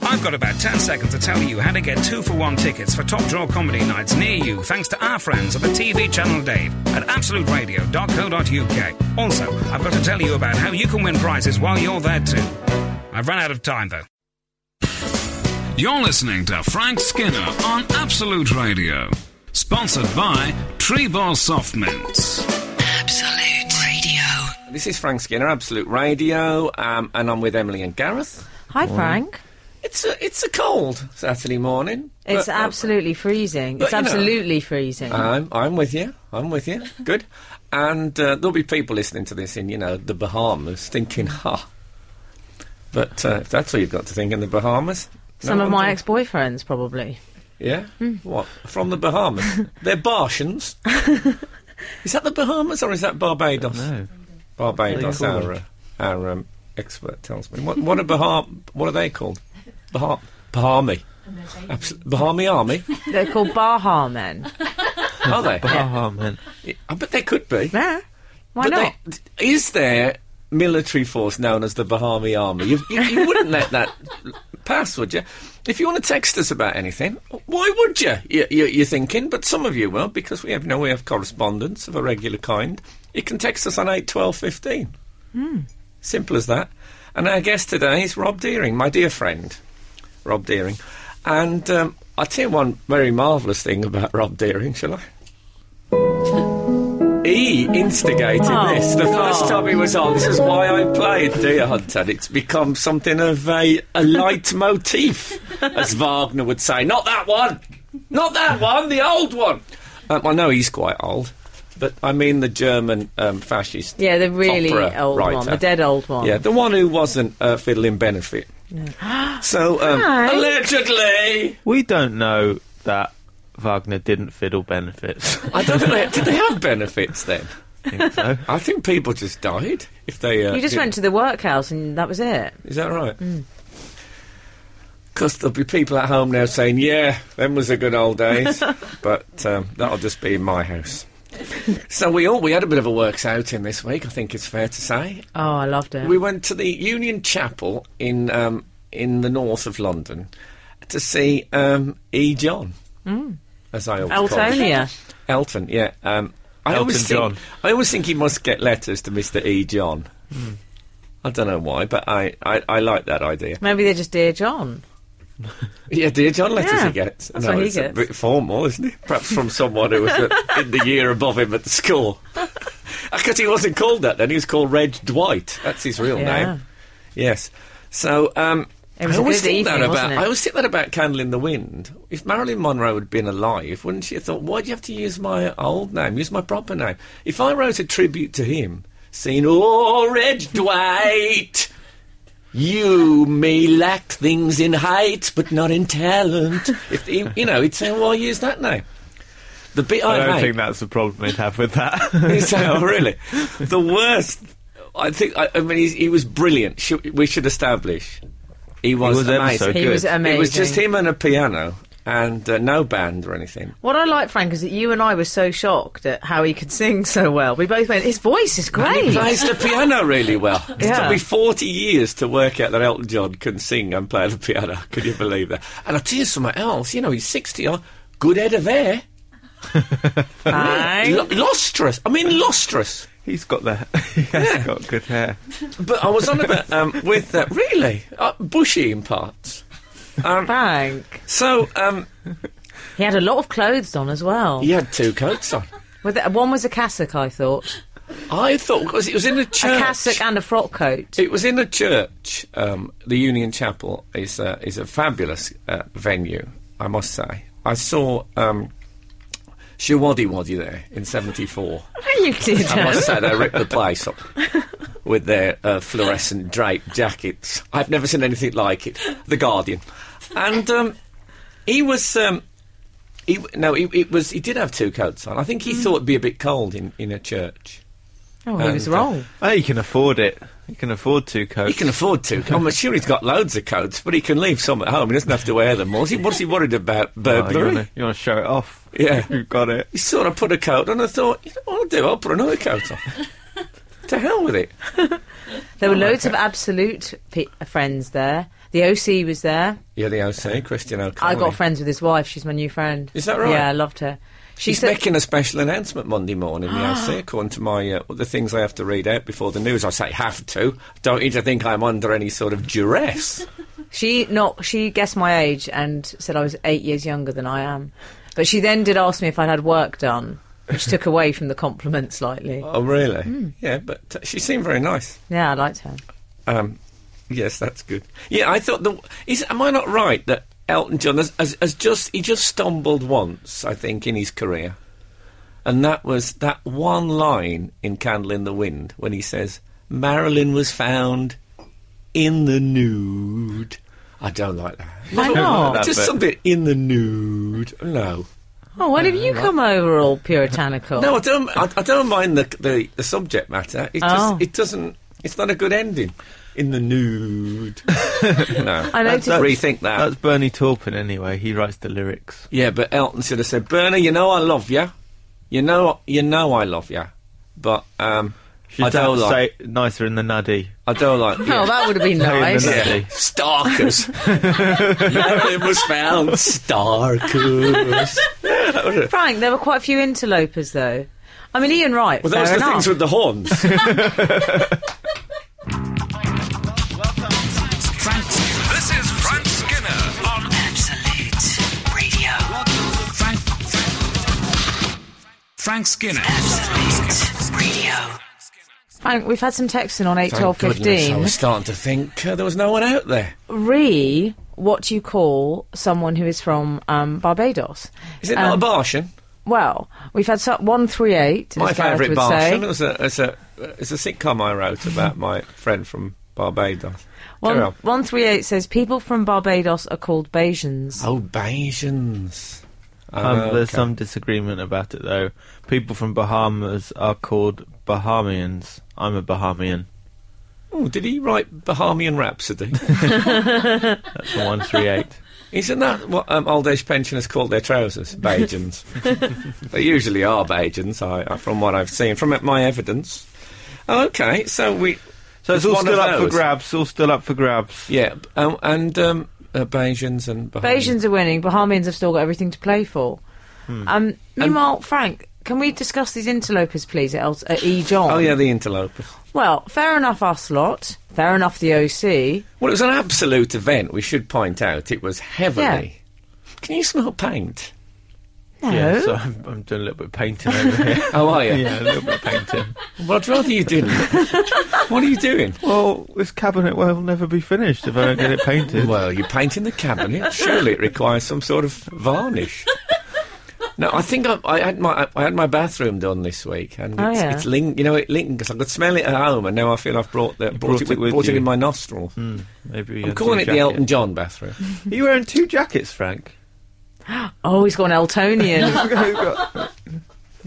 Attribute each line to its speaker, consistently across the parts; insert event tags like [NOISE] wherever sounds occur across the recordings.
Speaker 1: I've got about 10 seconds to tell you how to get two for one tickets for top draw comedy nights near you thanks to our friends at the TV channel Dave at absoluteradio.co.uk. Also, I've got to tell you about how you can win prizes while you're there too. I've run out of time though. You're listening to Frank Skinner on Absolute Radio, sponsored by Tree Ball Soft Mints.
Speaker 2: Absolute Radio.
Speaker 3: This is Frank Skinner, Absolute Radio, um, and I'm with Emily and Gareth.
Speaker 4: Hi, Frank.
Speaker 3: It's a, it's a cold Saturday morning.
Speaker 4: It's
Speaker 3: but, uh,
Speaker 4: absolutely freezing.
Speaker 3: but,
Speaker 4: It's
Speaker 3: you know- uh,
Speaker 4: absolutely freezing.
Speaker 3: I'm, I'm with you. I'm with you. Good. And uh, there'll be people listening to this in, you know, the Bahamas thinking, ha. But uh, if that's all you've got to think in the Bahamas. no
Speaker 4: Some of
Speaker 3: one
Speaker 4: my
Speaker 3: thinks-
Speaker 4: ex-boyfriends, probably.
Speaker 3: Yeah? What? From the Bahamas? They're Bartians. is that the Bahamas or is that Barbados?
Speaker 5: No.
Speaker 3: Barbados,
Speaker 5: What are they
Speaker 3: our, uh, our um, expert tells me. What, what, are Baham- what are they called? Baham- Bahami. Abs- Bahami Army?
Speaker 4: They're called Baha
Speaker 3: [LAUGHS]
Speaker 4: men.
Speaker 3: Are they?
Speaker 5: [LAUGHS] Oh, man.
Speaker 3: I bet they could be.
Speaker 4: Yeah. Why
Speaker 3: But
Speaker 4: not?
Speaker 3: they- is there military force known as the Bahami Army? You, you, you wouldn't let that pass, would you? If you want to text us about anything, why would you? you, you you're thinking, but some of you will because we have no way of correspondence of a regular kind. You can text us on eight twelve fifteen.
Speaker 4: Hmm.
Speaker 3: Simple as that. And our guest today is Rob Deering, my dear friend, Rob Deering. And um, I'll tell you one very marvellous thing about Rob Deering, shall I? [LAUGHS] He instigated
Speaker 4: Oh,
Speaker 3: this the
Speaker 4: God.
Speaker 3: first time he was on. This is why I played Dear Hunter. It's become something of a, a leitmotif,
Speaker 4: [LAUGHS]
Speaker 3: as Wagner would say. Not that one! Not that one, the old one! Um, I know he's quite old, but I mean the German um, fascist.
Speaker 4: yeah, the really
Speaker 3: opera
Speaker 4: old one,
Speaker 3: writer.
Speaker 4: the dead old one.
Speaker 3: Yeah, the one who wasn't uh, fiddling benefit.
Speaker 4: [GASPS]
Speaker 3: so um,
Speaker 4: Hi.
Speaker 3: allegedly,
Speaker 5: We don't know that Wagner didn't
Speaker 3: [LAUGHS]
Speaker 5: fiddle benefits.
Speaker 3: I don't think they, did they have benefits then.
Speaker 5: I think so.
Speaker 3: I think people just died if they. Uh,
Speaker 4: You just
Speaker 3: did-
Speaker 4: went Mm. to the workhouse and that was it.
Speaker 3: Is that right? Because there'll be people at home now saying, "Yeah, them was a good old
Speaker 4: [LAUGHS]
Speaker 3: days," but um, that'll just be in my house. so we all we had a bit of a works outing this week. I think it's fair to say.
Speaker 4: Oh, I loved it.
Speaker 3: We went to the Union Chapel in um, in the north of London to see um, E. John,
Speaker 4: Mm.
Speaker 3: as I always call him.
Speaker 4: Eltonia.
Speaker 3: Elton, yeah. Um, I
Speaker 5: Elton
Speaker 3: always
Speaker 5: John.
Speaker 3: Think, I always think he must get letters to Mr. E. John.
Speaker 5: Hmm.
Speaker 3: I don't know why, but I, I, I like that idea.
Speaker 4: Maybe they're just Dear John.
Speaker 3: Yeah, dear John letters
Speaker 4: Yeah,
Speaker 3: he gets.
Speaker 4: that's
Speaker 3: no,
Speaker 4: what he
Speaker 3: it's
Speaker 4: gets.
Speaker 3: a bit formal, isn't it? Perhaps from someone who was
Speaker 4: [LAUGHS]
Speaker 3: uh, in the year above him at the school. Because he wasn't called that then, he was called Reg Dwight. That's his real
Speaker 4: Yeah.
Speaker 3: name. Yes. So um,
Speaker 4: It was
Speaker 3: I
Speaker 4: a
Speaker 3: always
Speaker 4: good
Speaker 3: think that
Speaker 4: evening,
Speaker 3: about.
Speaker 4: wasn't it?
Speaker 3: I always think that about "Candle in the Wind." If Marilyn Monroe had been alive, wouldn't she have thought, "Why do you have to use my old name? Use my proper name." If I wrote a tribute to him, saying, "Oh, Reg Dwight." You may lack things in height, but not in talent. If he, you know, he'd say, "Why use that name?" The bit I,
Speaker 5: I don't
Speaker 3: hate-
Speaker 5: think that's the problem they'd have with
Speaker 3: [LAUGHS]
Speaker 5: that. [LAUGHS]
Speaker 3: He's like, oh, really? The worst. I think. I, I mean, he's, he was brilliant. Should, we should establish. He was,
Speaker 5: was ever so
Speaker 3: amazing.
Speaker 4: He was good. amazing.
Speaker 3: It was just him and a piano and uh, no band or anything.
Speaker 4: What I like, Frank, is that you and I were so shocked at how he could sing so well. We both went, his voice is
Speaker 3: And he
Speaker 4: great.
Speaker 3: plays the piano really
Speaker 4: [LAUGHS]
Speaker 3: well. It
Speaker 4: Yeah.
Speaker 3: took me 40 years to work out that Elton John can sing and play the piano. [LAUGHS] Could you believe that? And I tell you something else. You know, he's 60. uh, Good head of hair.
Speaker 4: Aye. Eh?
Speaker 3: Lo- lustrous. I mean, lustrous.
Speaker 5: He's got the [LAUGHS] he has got good hair.
Speaker 3: But I was on about um, with uh, really uh, bushy in parts.
Speaker 4: Frank.
Speaker 3: So um,
Speaker 4: He had a lot of clothes on as well.
Speaker 3: He had two coats on.
Speaker 4: With the- one was a cassock, I thought.
Speaker 3: I thought because it was in a church.
Speaker 4: A cassock and a frock coat. [LAUGHS]
Speaker 3: it was in a church. Um, the Union Chapel is a, is a fabulous uh, venue, I must say. I saw um, Shawaddy Waddy there in '74.
Speaker 4: you did.
Speaker 3: I must say they ripped the place up with their uh, fluorescent draped jackets. I've never seen anything like it. The Guardian, and um, he was. Um, he, no, he, it was. He did have two coats on. I think he thought it'd be a bit cold in, in a church.
Speaker 4: [LAUGHS] Oh, he was
Speaker 3: And, uh,
Speaker 4: wrong.
Speaker 5: Oh, he can afford it. He can afford two Oh, coats.
Speaker 3: He can afford to. I'm sure he's got loads of coats, but he can leave some at home. He doesn't have to wear them. What's he, what's he worried about?
Speaker 5: Oh, you,
Speaker 3: Burglary?
Speaker 5: wanna, you wanna show it off?
Speaker 3: Yeah.
Speaker 5: [LAUGHS] you've got it.
Speaker 3: he sort of put a coat on and thought, you know what I'll do? I'll put another coat on. to hell with it. Oh
Speaker 4: There were loads of absolute pe- uh, friends there. The The OC was there.
Speaker 3: You're the OC, Christian O'Connell.
Speaker 4: I got friends with his wife. She's my new friend.
Speaker 3: Oh, Is that right?
Speaker 4: Yeah, I loved her. She
Speaker 3: She's
Speaker 4: said,
Speaker 3: making a special announcement Monday morning, the
Speaker 4: [GASPS]
Speaker 3: OC, according to my uh, the things I have to read out before the news. I say have to. Don't need to think I'm under any sort of
Speaker 4: [LAUGHS]
Speaker 3: duress.
Speaker 4: She not she guessed my age and said I was eight years younger than I am. But she then did ask me if I'd had work done, which took away from the compliment slightly.
Speaker 3: oh, really?
Speaker 4: Hmm.
Speaker 3: Yeah, but uh, she seemed very nice.
Speaker 4: Yeah, I liked her.
Speaker 3: Um, yes, that's good. Yeah, I thought the is am I not right that Elton John has, has, has just he just stumbled once, I think, in his career, and that was that one line in Candle in the Wind when he says Marilyn was found in the nude. I don't like that.
Speaker 4: Why
Speaker 3: I don't
Speaker 4: not?
Speaker 3: like that just
Speaker 5: bit.
Speaker 3: something in the nude. No.
Speaker 4: Oh, when have you come over all puritanical?
Speaker 3: No, I don't. I, I don't mind the, the the subject matter. It
Speaker 4: Oh.
Speaker 3: just it doesn't. It's not a good ending. In the nude. [LAUGHS] no,
Speaker 4: I noticed
Speaker 5: That's-
Speaker 3: rethink that.
Speaker 5: That's Bernie Taupin anyway. He writes the lyrics.
Speaker 3: yeah, but Elton should have said, "Bernie, you know I love you. You know, you know I love you, but um,
Speaker 5: Should
Speaker 3: I don't
Speaker 5: that
Speaker 3: like.
Speaker 5: say it nicer in the nutty?
Speaker 3: I don't like."
Speaker 4: [LAUGHS] Oh, that would
Speaker 3: [LAUGHS]
Speaker 4: have been
Speaker 5: in the
Speaker 4: nice.
Speaker 5: net.
Speaker 3: Yeah.
Speaker 4: [LAUGHS]
Speaker 5: Nutty.
Speaker 3: Starkers. [LAUGHS] Marilyn was found. Starkers.
Speaker 4: Frank, there were quite a few interlopers though. I mean, Ian Wright.
Speaker 3: Well, those
Speaker 4: fair
Speaker 3: are the
Speaker 4: enough.
Speaker 3: things with the horns.
Speaker 4: [LAUGHS]
Speaker 1: Frank Skinner. This is Frank Skinner on
Speaker 2: Absolute Radio.
Speaker 1: Frank. Frank Skinner.
Speaker 2: Absolute Radio.
Speaker 4: Frank, we've had some texting on eight
Speaker 3: Thank
Speaker 4: twelve
Speaker 3: goodness, I
Speaker 4: fifteen.
Speaker 3: was starting to think uh, there was no one out there.
Speaker 4: Re, what do you call someone who is from um, Barbados?
Speaker 3: Is it
Speaker 4: Um,
Speaker 3: not a Bartian?
Speaker 4: Well, we've had so- one three eight.
Speaker 3: My
Speaker 4: as Gareth
Speaker 3: favourite
Speaker 4: would
Speaker 3: Bartian.
Speaker 4: say.
Speaker 3: It was a, it's a it's a sitcom I wrote about my friend from Barbados. Carry
Speaker 4: One,
Speaker 3: on.
Speaker 4: one three eight says people from Barbados are called Bajans.
Speaker 3: Oh, Bayesians. Oh,
Speaker 5: Um, There's
Speaker 3: okay.
Speaker 5: some disagreement about it though. People from Bahamas are called Bahamians. I'm a Bahamian.
Speaker 3: Oh, did he write Bahamian Rhapsody?
Speaker 5: That's the one three eight.
Speaker 3: Isn't that what um, old age pensioners call their trousers? Bajans. they usually are Bajans, I, I, from what I've seen, from my evidence. Oh, okay, so we.
Speaker 5: So it's, all
Speaker 3: one of
Speaker 5: still up for
Speaker 3: those.
Speaker 5: grabs. All still up for grabs.
Speaker 3: Yeah, um, and um, uh, Bayesians and Bahamians.
Speaker 4: Bajans are winning. Bahamians have still got everything to play for.
Speaker 3: Hmm.
Speaker 4: Um, meanwhile, Frank, can we discuss these interlopers, please? At, El- at E. John.
Speaker 3: Oh, yeah, the interlopers.
Speaker 4: Well, fair enough, us lot. Fair enough, the OC.
Speaker 3: Well, it was an absolute event, we should point out. It was heavily. Can you smell paint?
Speaker 4: No.
Speaker 5: Yeah, so I'm, I'm doing a little bit of painting over here.
Speaker 3: [LAUGHS] How Oh, are you?
Speaker 5: [LAUGHS] yeah, a little bit of painting.
Speaker 3: Well, I'd rather you didn't. what are you doing?
Speaker 5: Well, this cabinet will never be finished if I don't get it painted.
Speaker 3: Well, you're painting the cabinet. Surely it requires some sort of varnish. No, I think I, I had my I had my bathroom done this week, and it's,
Speaker 4: Oh, yeah.
Speaker 3: it's ling- you know it lingers. I could smell it at home, and now I feel I've brought the, brought,
Speaker 5: brought
Speaker 3: it,
Speaker 5: it with
Speaker 3: brought it
Speaker 5: you.
Speaker 3: in my nostril.
Speaker 5: Maybe uh,
Speaker 3: I'm calling it the Elton John bathroom.
Speaker 5: Are you wearing two jackets, Frank? [LAUGHS]
Speaker 4: Oh, he's got
Speaker 3: [LAUGHS]
Speaker 4: an Eltonian. oh,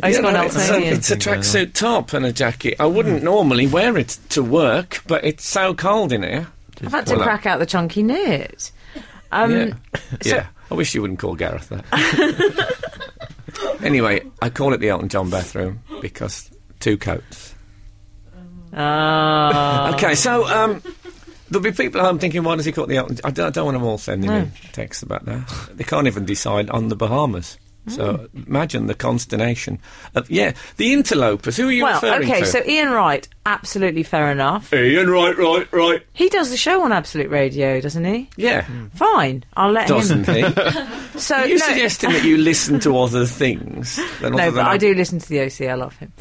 Speaker 4: he's
Speaker 3: Yeah,
Speaker 4: got
Speaker 3: no,
Speaker 4: an
Speaker 3: it's, a,
Speaker 4: Eltonian.
Speaker 3: it's a tracksuit top and a jacket. I wouldn't normally wear it to work, but it's so cold in here.
Speaker 4: I've had to
Speaker 3: Well, I-
Speaker 4: crack out the chunky knit. Um,
Speaker 3: yeah. yeah. I wish you wouldn't call Gareth that. [LAUGHS] anyway, I call it the Elton John bathroom because two coats.
Speaker 4: [LAUGHS] ah.
Speaker 3: Okay, so um, there'll be people at home thinking, why does he call it the Elton John? I don't, I don't want them all sending
Speaker 4: No.
Speaker 3: me texts about that. They can't even decide on the Bahamas. So
Speaker 4: Mm.
Speaker 3: imagine the consternation. Of, yeah, the interlopers. Who are you
Speaker 4: well,
Speaker 3: referring
Speaker 4: okay,
Speaker 3: to?
Speaker 4: so Ian Wright, absolutely fair enough.
Speaker 3: Ian, right, right, right.
Speaker 4: He does the show on Absolute Radio, doesn't he?
Speaker 3: Yeah,
Speaker 4: Fine, I'll let
Speaker 3: doesn't
Speaker 4: Hmm. him.
Speaker 3: he?
Speaker 4: So
Speaker 3: Are you
Speaker 4: [LAUGHS] no,
Speaker 3: suggesting that you listen to other things? Than
Speaker 4: no,
Speaker 3: other
Speaker 4: but
Speaker 3: than
Speaker 4: I do listen to the OC. I love him.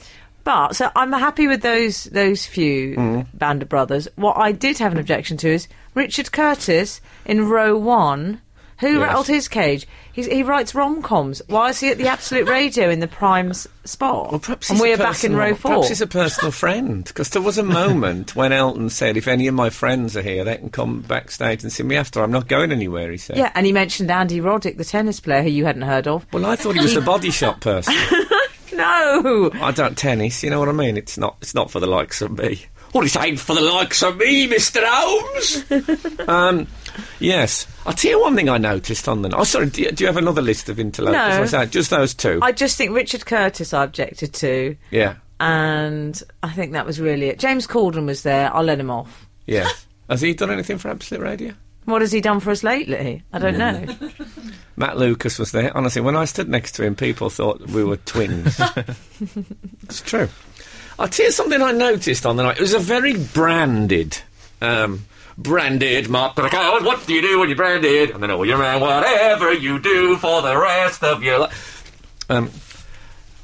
Speaker 4: But so I'm happy with those those few
Speaker 3: Mm.
Speaker 4: band of brothers. What I did have an objection to is Richard Curtis in row one. Who rattled his cage? He's, he writes rom coms. Why is he at the Absolute Radio in the prime s- spot?
Speaker 3: Well, perhaps
Speaker 4: and
Speaker 3: he's a
Speaker 4: we're back in
Speaker 3: personal-
Speaker 4: row four.
Speaker 3: Perhaps he's a personal friend, because there was a moment when Elton said, "If any of my friends are here, they can come backstage and see me after. I'm not going anywhere." He said.
Speaker 4: yeah, and he mentioned Andy Roddick, the tennis player who you hadn't heard of.
Speaker 3: Well, I thought he was the body shop person.
Speaker 4: No,
Speaker 3: I don't tennis. You know what I mean? It's not. It's not for the likes of me. Well, it ain't for the likes of me, Mister Holmes.
Speaker 4: [LAUGHS]
Speaker 3: um, yes. I'll tell you one thing I noticed on the. Oh, sorry. Do you, do you have another list of interlopers?
Speaker 4: No.
Speaker 3: I said just those two.
Speaker 4: I just think Richard Curtis I objected to,
Speaker 3: yeah.
Speaker 4: and I think that was really it. James Corden was there. I'll let him off.
Speaker 3: Yeah. Has he done anything for Absolute Radio?
Speaker 4: What has he done for us lately? I don't know.
Speaker 3: Matt Lucas was there. Honestly, when I stood next to him, people thought we were twins. it's true. I'll tell you something I noticed on the night. It was a very branded, um, branded Mark Picard. What do you do when you're branded? And then all year round, whatever you do for the rest of your life. Um,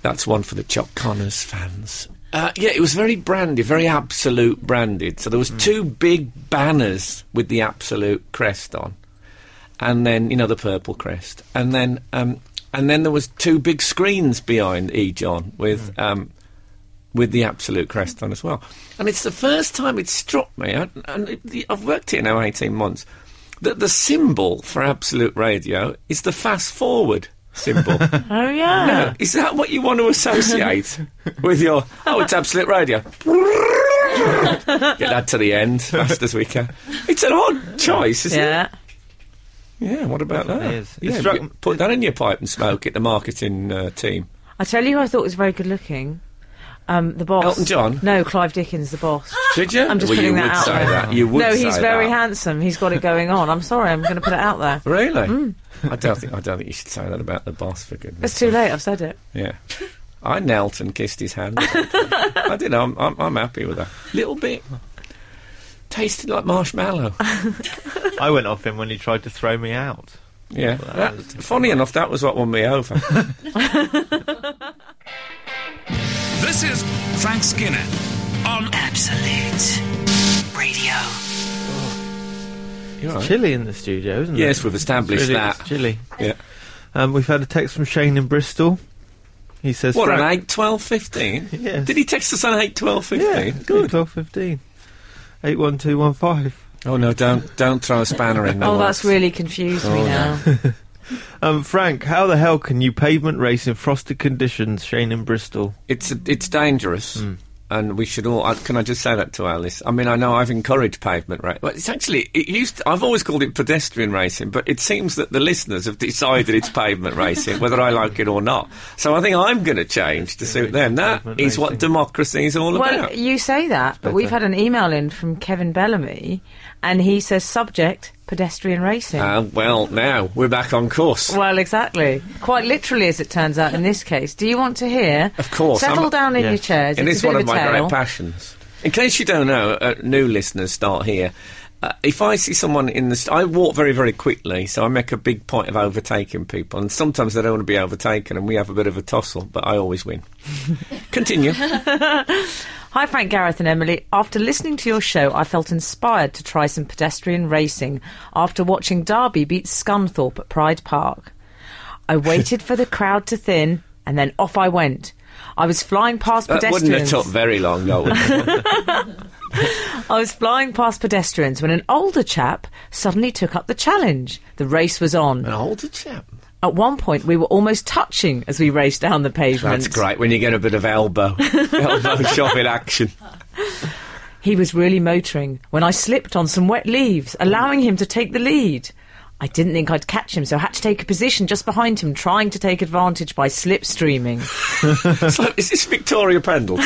Speaker 3: that's one for the Chuck Connors fans. Uh, yeah, it was very branded, very absolute branded. So there was two big banners with the absolute crest on, and then you know the purple crest, and then um, and then there was two big screens behind E John with um, with the absolute crest on as well. And it's the first time it struck me, I, and it, the- I've worked here now eighteen months, that the symbol for absolute radio is the fast forward symbol. [LAUGHS]
Speaker 4: Oh yeah.
Speaker 3: No, is that what you want to associate with your? Oh, it's absolute radio. Get that to the end fast as we can. It's an odd choice, isn't
Speaker 4: Yeah.
Speaker 3: it? Yeah. What about that?
Speaker 5: Definitely is. It
Speaker 3: Yeah,
Speaker 5: struck-
Speaker 3: you put that in your pipe and smoke it. The marketing uh, team.
Speaker 4: I tell you, who I thought was very good looking. Um, the boss.
Speaker 3: Elton John?
Speaker 4: No, Clive Dickens, the boss.
Speaker 3: Did you?
Speaker 4: I'm just
Speaker 3: well,
Speaker 4: putting
Speaker 3: you
Speaker 4: that
Speaker 3: would
Speaker 4: out
Speaker 3: say
Speaker 4: there.
Speaker 3: that. You would.
Speaker 4: no,
Speaker 3: say
Speaker 4: he's very
Speaker 3: that.
Speaker 4: handsome. He's got it going on. I'm sorry. I'm going to put it out
Speaker 3: [LAUGHS]
Speaker 4: there.
Speaker 3: Really?
Speaker 4: Mm.
Speaker 3: I don't think I don't think you should say that about the boss for goodness.
Speaker 4: It's too late. I've said it.
Speaker 3: Yeah. I knelt and kissed his hand. I don't know. I'm, I'm, I'm happy with that. Little bit. Tasted like marshmallow.
Speaker 5: I went off him when he tried to throw me out.
Speaker 3: Yeah. That,
Speaker 5: was-
Speaker 3: funny enough, that was what won me [LAUGHS] over.
Speaker 1: This is Frank Skinner on
Speaker 2: Absolute Radio.
Speaker 3: You're right.
Speaker 5: Chilly in the studio, isn't it?
Speaker 3: Yes, we've established
Speaker 5: It's really-
Speaker 3: that.
Speaker 5: It's chilly.
Speaker 3: Yeah.
Speaker 5: Um, we've had a text from Shane in Bristol. He says,
Speaker 3: What, an
Speaker 5: Frank-
Speaker 3: 8, 12, 15?
Speaker 5: Yes.
Speaker 3: Did he text us on 8, 12, 15?
Speaker 5: Yeah, good. 12, 15. 81215.
Speaker 3: Oh, no, don't don't throw a spanner in there.
Speaker 4: oh, that's really confused me
Speaker 3: Oh,
Speaker 4: now.
Speaker 3: [LAUGHS]
Speaker 5: Um, Frank, how the hell can you pavement race in frosted conditions, Shane in Bristol?
Speaker 3: It's, it's dangerous.
Speaker 5: Hmm.
Speaker 3: And we should all. I, can I just say that to Alice? I mean, I know I've encouraged pavement race. Well, it's actually. It used. I've always called it pedestrian racing, but it seems that the listeners have decided it's
Speaker 5: [LAUGHS]
Speaker 3: pavement racing, whether I like it or not. So I think I'm going to change to suit them. That
Speaker 5: Pavement
Speaker 3: is what
Speaker 5: racing.
Speaker 3: democracy is all
Speaker 4: Well,
Speaker 3: about.
Speaker 4: you say that, but we've had an email in from Kevin Bellamy, and he says subject pedestrian racing.
Speaker 3: Uh, well, now we're back on course.
Speaker 4: well, exactly. Quite literally, as it turns out, in this case. Do you want to hear?
Speaker 3: Of course,
Speaker 4: Settle
Speaker 3: I'm-
Speaker 4: down in
Speaker 5: Yeah.
Speaker 4: your chairs.
Speaker 3: It
Speaker 4: it's
Speaker 3: is
Speaker 4: a bit
Speaker 3: one of
Speaker 4: a
Speaker 3: my
Speaker 4: tale.
Speaker 3: great passions. In case you don't know, uh, new listeners start here. Uh, if I see someone in the, st- I walk very, very quickly, so I make a big point of overtaking people, and sometimes they don't want to be overtaken, and we have a bit of a tussle, but I always
Speaker 4: [LAUGHS]
Speaker 3: win. Continue.
Speaker 4: Hi, Frank, Gareth, and Emily. After listening to your show, I felt inspired to try some pedestrian racing after watching Derby beat Scunthorpe at Pride Park.
Speaker 3: [LAUGHS]
Speaker 4: I waited for the crowd to thin, and then off I went. I was flying past
Speaker 3: That wouldn't have
Speaker 4: pedestrians.
Speaker 3: took very long, though. would it?
Speaker 4: I was flying past pedestrians when an older chap suddenly took up the challenge. The race was on.
Speaker 3: An older chap.
Speaker 4: At one point, we were almost touching as we raced down the pavement.
Speaker 3: That's great when you get a bit of
Speaker 4: [LAUGHS]
Speaker 3: elbow, elbow shot in action.
Speaker 4: He was really motoring when I slipped on some wet leaves, allowing him to take the lead. I didn't think I'd catch him, so I had to take a position just behind him, trying to take advantage by slipstreaming.
Speaker 3: It's like, is this Victoria
Speaker 4: [LAUGHS]
Speaker 3: Pendleton?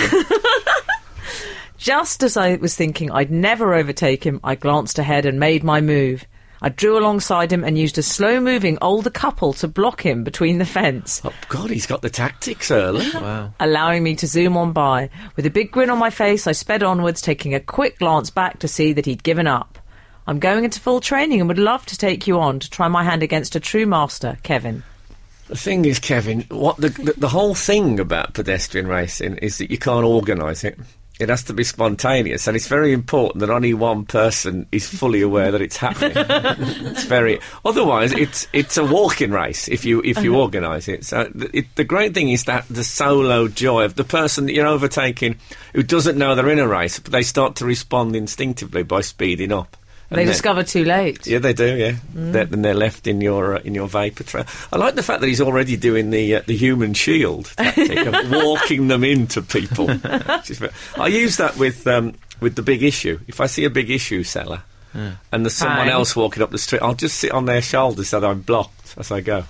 Speaker 4: Just as I was thinking I'd never overtake him, I glanced ahead and made my move. I drew alongside him and used a slow moving older couple to block him between the fence,
Speaker 3: oh God, he's got the tactics early.
Speaker 5: Wow.
Speaker 4: allowing me to zoom on by. With a big grin on my face, I sped onwards, taking a quick glance back to see that he'd given up. I'm going into full training and would love to take you on to try my hand against a true master, Kevin.
Speaker 3: The thing is, Kevin, what the, the the whole thing about pedestrian racing is that you can't organise it. It has to be spontaneous, and it's very important that only one person is fully aware that it's
Speaker 4: [LAUGHS]
Speaker 3: happening. it's very otherwise it's it's a walking race if you if
Speaker 4: Uh-huh.
Speaker 3: you organise it. So th- it, the great thing is that the solo joy of the person that you're overtaking who doesn't know they're in a race, but they start to respond instinctively by speeding up. And
Speaker 4: They
Speaker 3: then-
Speaker 4: discover too late.
Speaker 3: yeah, they do. Yeah, They're- then they're left in your uh, in your vapor trail. I like the fact that he's already doing the uh, the human shield tactic of walking them into people. Which is ve- I use that with um, with the big issue. If I see a big issue seller and there's someone
Speaker 4: Hi.
Speaker 3: else walking up the street, I'll just sit on their shoulders so that I'm blocked as I go.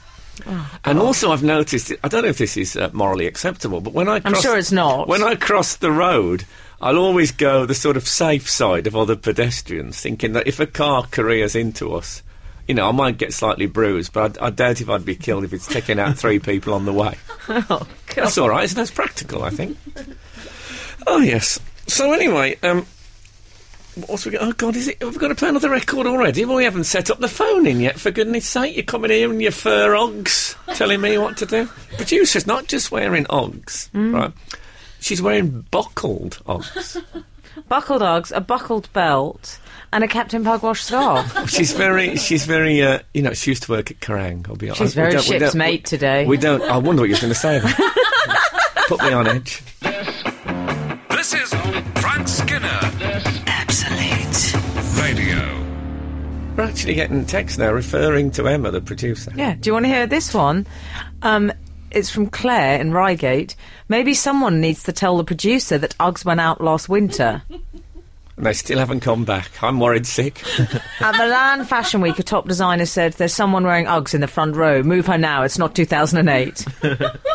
Speaker 3: and
Speaker 4: Oh.
Speaker 3: also, I've noticed. I don't know if this is uh, morally acceptable, but when I
Speaker 4: I'm
Speaker 3: cross-
Speaker 4: sure it's not.
Speaker 3: When I cross the road. I'll always go the sort of safe side of other pedestrians, thinking that if a car careers into us, you know, I might get slightly bruised, but I, I doubt if I'd be killed if it's taking out three
Speaker 4: [LAUGHS]
Speaker 3: people on the way.
Speaker 4: Oh, God.
Speaker 3: That's all right, isn't that? It's practical, I think. oh, yes. So, anyway, um, what's we got? Oh, God, is it? Have we got to play another record already? Well, we haven't set up the phone in yet, for goodness sake. You're coming here in your fur ogs, telling me what to do. Producer's not just wearing ogs,
Speaker 4: Mm.
Speaker 3: right? She's wearing buckled ogs.
Speaker 4: Buckled dogs, a buckled belt, and a Captain Pugwash scarf.
Speaker 3: [LAUGHS] She's very, she's very, uh, you know, she used to work at Kerrang. I'll be honest.
Speaker 4: She's
Speaker 3: We
Speaker 4: very
Speaker 3: don't- we
Speaker 4: ship's
Speaker 3: don't- we-
Speaker 4: mate today.
Speaker 3: We don't. I wonder what you're going to say. then.
Speaker 4: [LAUGHS]
Speaker 3: Put me on edge.
Speaker 1: This is Frank Skinner
Speaker 2: Absolute.
Speaker 1: Radio.
Speaker 3: We're actually getting texts now referring to Emma, the producer.
Speaker 4: Yeah. Do you want to hear this one? Um, it's from Claire in Reigate. Maybe someone needs to tell the producer that Uggs went out last winter.
Speaker 3: And they still haven't come back. I'm worried sick.
Speaker 4: At Milan Fashion Week, a top designer said, There's someone wearing Uggs in the front row. Move her now. It's
Speaker 3: [LAUGHS]
Speaker 4: not 2008.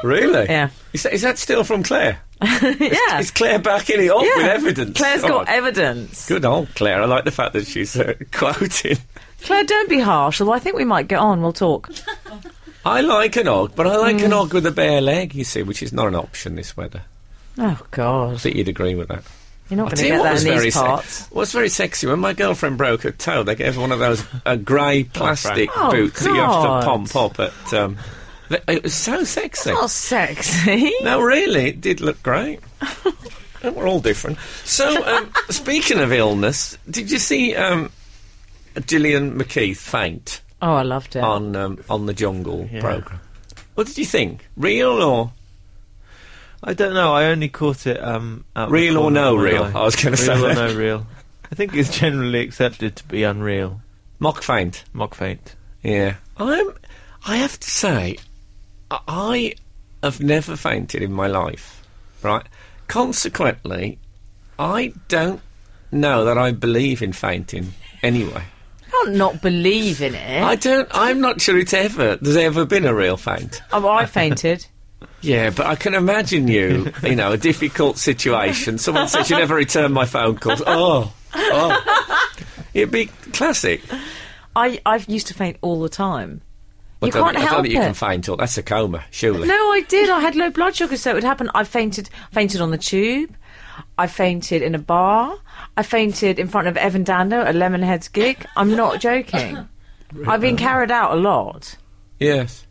Speaker 3: really?
Speaker 4: Yeah.
Speaker 3: Is that, is that still from Claire?
Speaker 4: yeah.
Speaker 3: Is Claire backing it up
Speaker 4: yeah.
Speaker 3: with evidence?
Speaker 4: Claire's
Speaker 3: Oh,
Speaker 4: got evidence.
Speaker 3: Good old Claire. I like the fact that she's uh, [LAUGHS] quoting.
Speaker 4: Claire, don't be harsh, although I think we might get on. We'll talk.
Speaker 3: I like an og, but I like
Speaker 4: Mm.
Speaker 3: an og with a bare leg, you see, which is not an option this weather.
Speaker 4: Oh, God.
Speaker 3: I think you'd agree with that.
Speaker 4: You're not
Speaker 3: I'll
Speaker 4: going
Speaker 3: tell
Speaker 4: to
Speaker 3: you
Speaker 4: get
Speaker 3: what was
Speaker 4: that in
Speaker 3: very
Speaker 4: these parts.
Speaker 3: se- what's very sexy when my girlfriend broke her toe, they gave her one of those uh, grey plastic
Speaker 4: Oh,
Speaker 3: boots that you have
Speaker 4: God.
Speaker 3: to pump up at. Um, th- it was so sexy.
Speaker 4: Not sexy.
Speaker 3: No, really, it did look great. We're all different. So, um, speaking of illness, did you see um, Gillian McKeith faint
Speaker 4: Oh, I loved it.
Speaker 3: on um, on the Jungle program? What did you think? Real or
Speaker 5: I don't know. I only caught it. Um, out the
Speaker 3: Real or
Speaker 5: corner
Speaker 3: no
Speaker 5: of my
Speaker 3: real?
Speaker 5: eye.
Speaker 3: I was gonna say
Speaker 5: Real or
Speaker 3: that.
Speaker 5: no real. I think it's generally accepted to be unreal.
Speaker 3: mock faint?
Speaker 5: Mock faint.
Speaker 3: Yeah, I'm. I have to say, I- I have never fainted in my life. Right. Consequently, I don't know that I believe in fainting. Anyway,
Speaker 4: I can't not believe in it.
Speaker 3: I don't. I'm not sure it's ever there's ever been a real faint.
Speaker 4: Oh, I fainted.
Speaker 3: Yeah, but I can imagine you. You know, a difficult situation. Someone says you never return my phone calls. Oh, oh. It'd be classic.
Speaker 4: I, I used to faint all the time.
Speaker 3: I
Speaker 4: You
Speaker 3: don't-
Speaker 4: can't
Speaker 3: I don't
Speaker 4: help
Speaker 3: think you
Speaker 4: it.
Speaker 3: can faint. All that's a coma, surely.
Speaker 4: No, I did. I had low blood sugar, so it would happen. I fainted, fainted on the tube. I fainted in a bar. I fainted in front of Evan Dando at Lemonheads gig. I'm not
Speaker 3: [LAUGHS]
Speaker 4: joking. I've been
Speaker 3: Uh-huh.
Speaker 4: carried out a lot.
Speaker 3: Yes.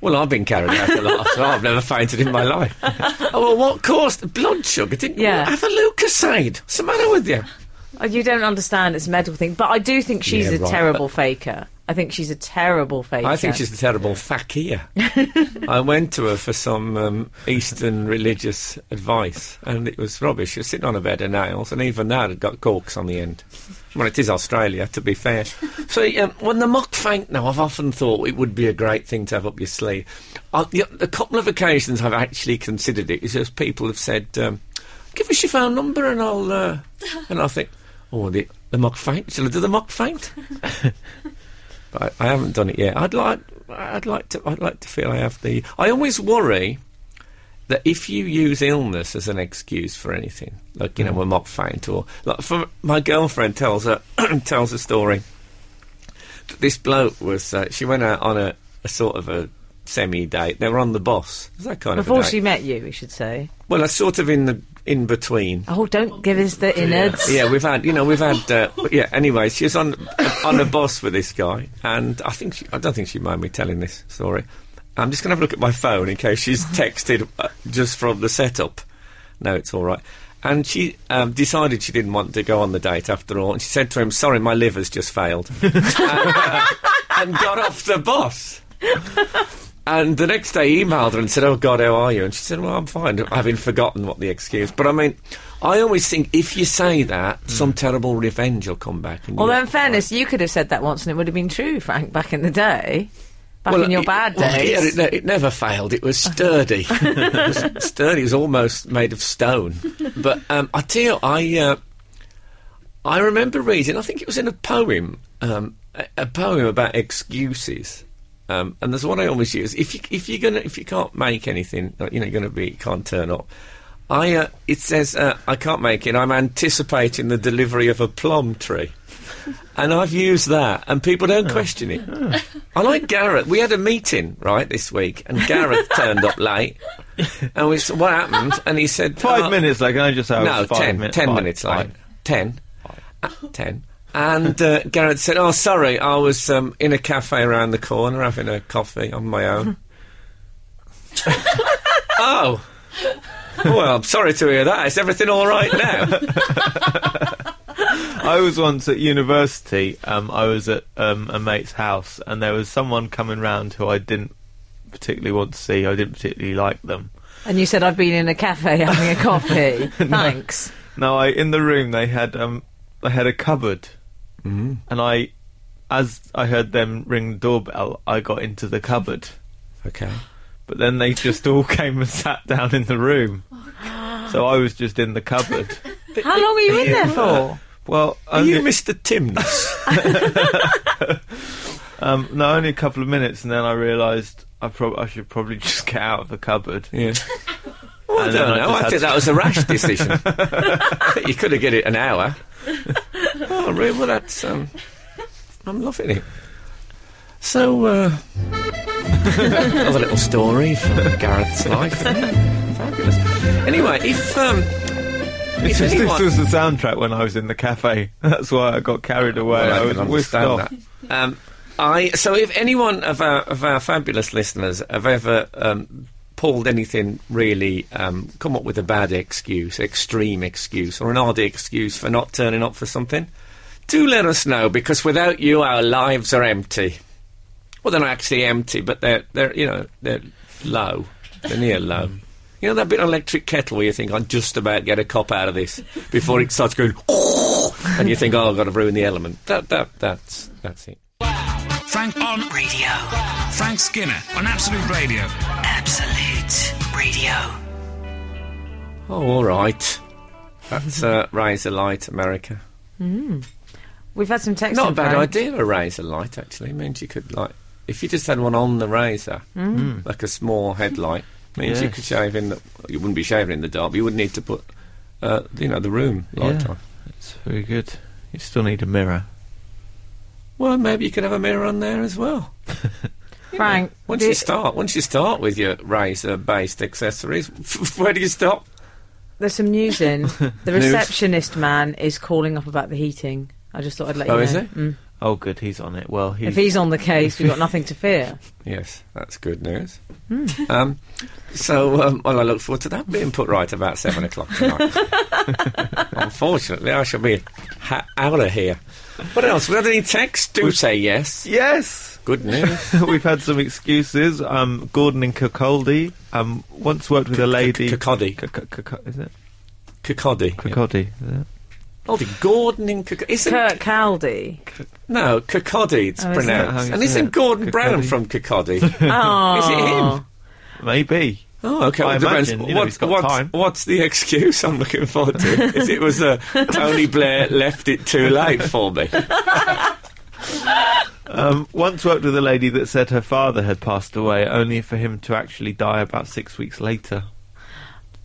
Speaker 3: Well, I've been carried out a lot, so I've never fainted in my
Speaker 4: [LAUGHS]
Speaker 3: life. oh, well, what caused blood sugar? Didn't
Speaker 4: Yeah.
Speaker 3: you have a leukocyte? What's the matter with you?
Speaker 4: Oh, You don't understand. It's a medical thing, but I do think she's
Speaker 3: Yeah,
Speaker 4: a
Speaker 3: right.
Speaker 4: terrible faker. I think she's a terrible faker.
Speaker 3: I think she's a terrible fakir. I went to her for some um, Eastern religious advice, and it was rubbish. She was sitting on a bed of nails, and even that had got corks on the end. Well, it is Australia, to be fair. So, um, when the mock faint now, I've often thought it would be a great thing to have up your sleeve. Uh, the, a couple of occasions I've actually considered it is just people have said, um, "Give us your phone number," and I'll, uh, and I think, "Oh, the, the mock faint. Shall I do the mock faint?" I, I haven't done it yet. I'd like, I'd like to, I'd like to feel I have the. I always worry that if you use illness as an excuse for anything, like
Speaker 4: Mm.
Speaker 3: you know, we're mock faint or like, for my girlfriend tells her [CLEARS THROAT] tells a story that this bloke was. Uh, she went out on a, a sort of a semi date. They were on the bus. It was that kind
Speaker 4: Before
Speaker 3: of a
Speaker 4: she
Speaker 3: date.
Speaker 4: met you, we should say.
Speaker 3: Well, a sort of in the in between.
Speaker 4: Oh, don't give us the innards.
Speaker 3: Yeah, we've had, you know, we've had, uh, yeah. Anyway, she was on on a bus with this guy, and I think she, I don't think she'd mind me telling this story. I'm just going to have a look at my phone in case she's texted uh, just from the setup. No, it's all right. And she um, decided she didn't want to go on the date after all, and she said to him, "Sorry, my liver's just failed," and, uh, and got off the bus. And the next day, he emailed her and said, "Oh God, how are you?" And she said, "Well, I'm fine. Having forgotten what the excuse." But I mean, I always think if you say that, some terrible revenge will come back. And
Speaker 4: Although,
Speaker 3: you-
Speaker 4: in fairness, you could have said that once and it would have been true, Frank, back in the day. Back in your
Speaker 3: it-
Speaker 4: bad
Speaker 3: well,
Speaker 4: days. Oh.
Speaker 3: yeah, it, ne- it never failed. It was
Speaker 4: [LAUGHS]
Speaker 3: sturdy. it was [LAUGHS] sturdy. It was almost made of stone. But um, I tell you, I uh, I remember reading. I think it was in a poem, um, a, a poem about excuses. Um, and there's one I always use. If you if you're gonna if you can't make anything, like, you know, you're gonna be can't turn up. I, uh, it says, uh, I can't make it. I'm anticipating the delivery of a plum tree. and I've used that, and people don't question it. I like Gareth. We had a meeting, right, this week, and Gareth turned up late. And we said, What happened? And he said,
Speaker 5: Five
Speaker 3: "Oh,
Speaker 5: minutes later, I just have
Speaker 3: No,
Speaker 5: five
Speaker 3: ten.
Speaker 5: minutes.
Speaker 3: ten
Speaker 5: five,
Speaker 3: minutes late.
Speaker 5: five.
Speaker 3: Ten. Uh, ten. And uh, Gareth said, Oh, sorry, I was um, in a cafe around the corner having a coffee on my
Speaker 5: [LAUGHS]
Speaker 3: own. oh. Well, I'm sorry to hear that. Is everything all right
Speaker 5: [LAUGHS]
Speaker 3: now?
Speaker 5: I was once at university. Um, I was at um, a mate's house, and there was someone coming round who I didn't particularly want to see. I didn't particularly like them.
Speaker 4: And you said I've been in a cafe [LAUGHS] having
Speaker 3: [LAUGHS]
Speaker 4: a coffee. Thanks.
Speaker 5: Now, I in the room they had um, they had a cupboard,
Speaker 3: Mm-hmm.
Speaker 5: mm. and I, as I heard them ring the doorbell, I got into the cupboard.
Speaker 3: okay.
Speaker 5: But then they just all [LAUGHS] came and sat down in the room,
Speaker 3: Oh,
Speaker 5: so I was just in
Speaker 3: [LAUGHS]
Speaker 5: the cupboard.
Speaker 4: How long were you in there for?
Speaker 5: Well,
Speaker 3: Are you
Speaker 5: only-
Speaker 3: Mr. Timms?
Speaker 5: Um, no, only a couple of minutes, and then I realised I, prob- I should probably [LAUGHS] just get out of the cupboard.
Speaker 3: yeah. Well, I
Speaker 5: And
Speaker 3: don't
Speaker 5: then
Speaker 3: know.
Speaker 5: I just
Speaker 3: I,
Speaker 5: had
Speaker 3: think
Speaker 5: to-
Speaker 3: that was a rash
Speaker 5: [LAUGHS]
Speaker 3: decision. [LAUGHS] you could have given it an hour. oh, really? Well, that's. Um, I'm loving it. So, uh. another little story from Gareth's
Speaker 5: [LAUGHS]
Speaker 3: life. Fabulous. Anyway, if. Um,
Speaker 5: This,
Speaker 3: if
Speaker 5: is, this
Speaker 3: anyone-
Speaker 5: was the soundtrack when I was in the cafe. [LAUGHS] That's why I got carried away.
Speaker 3: Well,
Speaker 5: I
Speaker 3: I
Speaker 5: was
Speaker 3: can
Speaker 5: whisked
Speaker 3: understand
Speaker 5: off.
Speaker 3: that. Um, I so if anyone of our of our fabulous listeners have ever um, pulled anything really, um, come up with a bad excuse, extreme excuse, or an odd excuse for not turning up for something, do let us know because without you, our lives are empty. Well, they're not actually empty, but they're they're you know they're low, they're near low.
Speaker 5: Mm.
Speaker 3: You know that bit of electric kettle where you think I'm just about get a cop out of this before it starts going, and you think, oh, I've got to ruin the element. That that that's that's it.
Speaker 1: Frank on
Speaker 2: Radio.
Speaker 1: Frank Skinner on Absolute Radio.
Speaker 2: Absolute Radio.
Speaker 3: Oh, all right. That's uh, razor light, America.
Speaker 4: We've had some text.
Speaker 3: Not a
Speaker 4: in,
Speaker 3: bad
Speaker 4: Frank.
Speaker 3: idea, a razor light. Actually, it means you could like if you just had one on the razor, like a small headlight. Means you
Speaker 5: Mm. Yes.
Speaker 3: could shave in the. You wouldn't be shaving in the dark. But you would need to put, uh, you know, the room light
Speaker 5: Yeah.
Speaker 3: on.
Speaker 5: It's very good. You still need a mirror.
Speaker 3: Well, maybe you could have a mirror on there as well.
Speaker 4: Frank,
Speaker 3: Once
Speaker 4: the-
Speaker 3: you start, once you start with your razor-based accessories, [LAUGHS] where do you stop?
Speaker 4: there's some
Speaker 3: [LAUGHS]
Speaker 4: news in. The receptionist man is calling up about the heating. I just thought I'd let
Speaker 3: Oh,
Speaker 4: you know.
Speaker 3: is he?
Speaker 4: Mm.
Speaker 5: Oh, good, he's on it. Well, he's,
Speaker 4: If he's on the case, we've got nothing
Speaker 3: [LAUGHS]
Speaker 4: to fear.
Speaker 3: Yes, that's good news.
Speaker 5: Hmm.
Speaker 3: [LAUGHS] Um, so, um, well, I look forward to that being put right about seven o'clock
Speaker 5: [LAUGHS]
Speaker 3: tonight. Unfortunately, I shall be ha- out of here. What else? We had any texts? Do say yes.
Speaker 5: yes.
Speaker 3: Good news.
Speaker 5: [LAUGHS] We've had some excuses. Um, Gordon in Kirkcaldy um, once worked with a lady.
Speaker 3: Kirkcaldy.
Speaker 5: Kirk- Kirk- Kirk- Is it [LAUGHS]
Speaker 3: Kirkcaldy.
Speaker 5: Kirkcaldy? Is it?
Speaker 3: Oh, the Gordon in Kirk. Isn't
Speaker 4: Kirk
Speaker 3: [LAUGHS]
Speaker 4: Caldy.
Speaker 3: no Kirkcaldy? It's
Speaker 4: Oh, is
Speaker 5: that how
Speaker 3: pronounced.
Speaker 5: you
Speaker 3: and
Speaker 5: say
Speaker 3: isn't
Speaker 5: it?
Speaker 3: Gordon Brown
Speaker 5: Kirkcaldy.
Speaker 3: from
Speaker 5: [LAUGHS]
Speaker 3: Kirkcaldy?
Speaker 4: Oh,
Speaker 3: Is it him?
Speaker 5: Maybe.
Speaker 3: Oh, okay.
Speaker 5: I
Speaker 3: well, depends.
Speaker 5: imagine, you know, he's got
Speaker 3: what's,
Speaker 5: time.
Speaker 3: what's the excuse I'm looking forward to? is it was
Speaker 5: [LAUGHS]
Speaker 3: uh, Tony Blair left it too late for me?
Speaker 5: Um, once worked with a lady that said her father had passed away, only for him to actually die about six weeks later.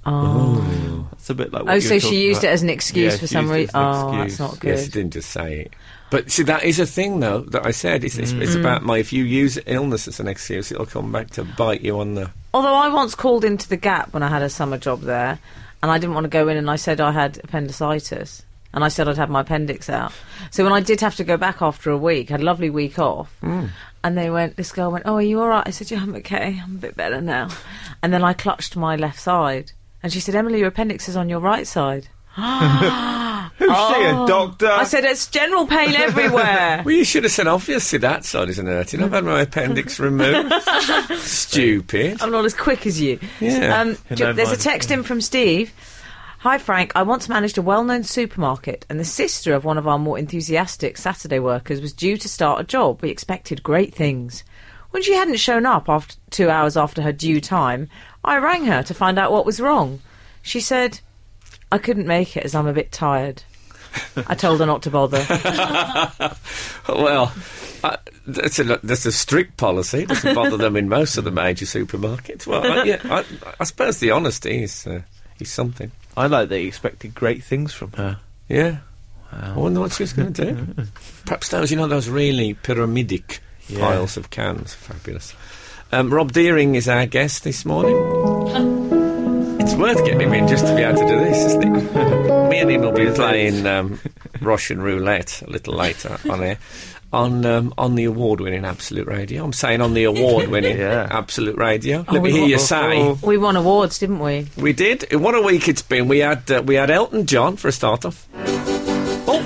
Speaker 4: Oh,
Speaker 5: That's a bit like. What
Speaker 4: oh
Speaker 5: you
Speaker 4: so
Speaker 5: were
Speaker 4: she
Speaker 5: talking
Speaker 4: used
Speaker 5: about.
Speaker 4: it as an excuse
Speaker 5: Yeah,
Speaker 4: for
Speaker 5: she
Speaker 4: some
Speaker 5: used it
Speaker 4: reason.
Speaker 5: as an
Speaker 4: Oh, that's
Speaker 5: excuse.
Speaker 4: not
Speaker 3: Yes,
Speaker 4: good.
Speaker 3: it didn't just say it. But see, that is a thing, though, that I said. It's, it's,
Speaker 4: Mm.
Speaker 3: it's about my. If you use illness as an excuse, it'll come back to bite you on the.
Speaker 4: Although I once called into the Gap when I had a summer job there, and I didn't want to go in, and I said I had appendicitis, and I said I'd have my appendix out. So when I did have to go back after a week, had a lovely week off, and they went, this girl went, "Oh, are you all right?" I said, "Yeah, I'm okay. I'm a bit better now." And then I clutched my left side, and she said, "Emily, your appendix is on your right side."
Speaker 5: Who's she, a doctor?
Speaker 4: Oh. I said, "It's general pain everywhere."
Speaker 3: Well, you should have said, obviously, that side isn't hurting. I've had my appendix
Speaker 4: [LAUGHS]
Speaker 3: removed. Stupid.
Speaker 4: I'm not as quick as you.
Speaker 3: Yeah.
Speaker 4: Um,
Speaker 5: Yeah,
Speaker 4: ju-
Speaker 5: no
Speaker 4: there's a
Speaker 5: mind.
Speaker 4: text in from Steve. Hi Frank, I once managed a well-known supermarket and the sister of one of our more enthusiastic Saturday workers was due to start a job. We expected great things. When she hadn't shown up after 2 hours after her due time, I rang her to find out what was wrong. She said, "I couldn't make it as I'm a bit tired." I told her not
Speaker 3: [LAUGHS]
Speaker 4: to bother.
Speaker 3: Well, uh, that's, a, that's a strict policy. It doesn't bother them in most of the major supermarkets. Well, I, yeah, I, I suppose the honesty is. Uh, He's something.
Speaker 5: I like that he expected great things from her.
Speaker 3: Yeah. I wonder what she's going to do. [LAUGHS] Perhaps those, you know, those really pyramidic
Speaker 5: Yeah.
Speaker 3: piles of cans. Fabulous. Um, Rob Deering is our guest this morning. it's worth getting him in just to be able to do this, isn't [LAUGHS] it? Me and him will be playing um, Russian roulette a little later [LAUGHS] on air. On um, on the award winning Absolute Radio. I'm saying on the award winning [LAUGHS]
Speaker 5: Yeah.
Speaker 3: Absolute Radio. Let me
Speaker 4: we
Speaker 3: hear
Speaker 4: want
Speaker 3: you
Speaker 5: the
Speaker 3: say.
Speaker 5: full-
Speaker 4: We won awards, didn't we?
Speaker 3: We did. What a week it's been. We had uh, we had Elton John for a start off. Oh,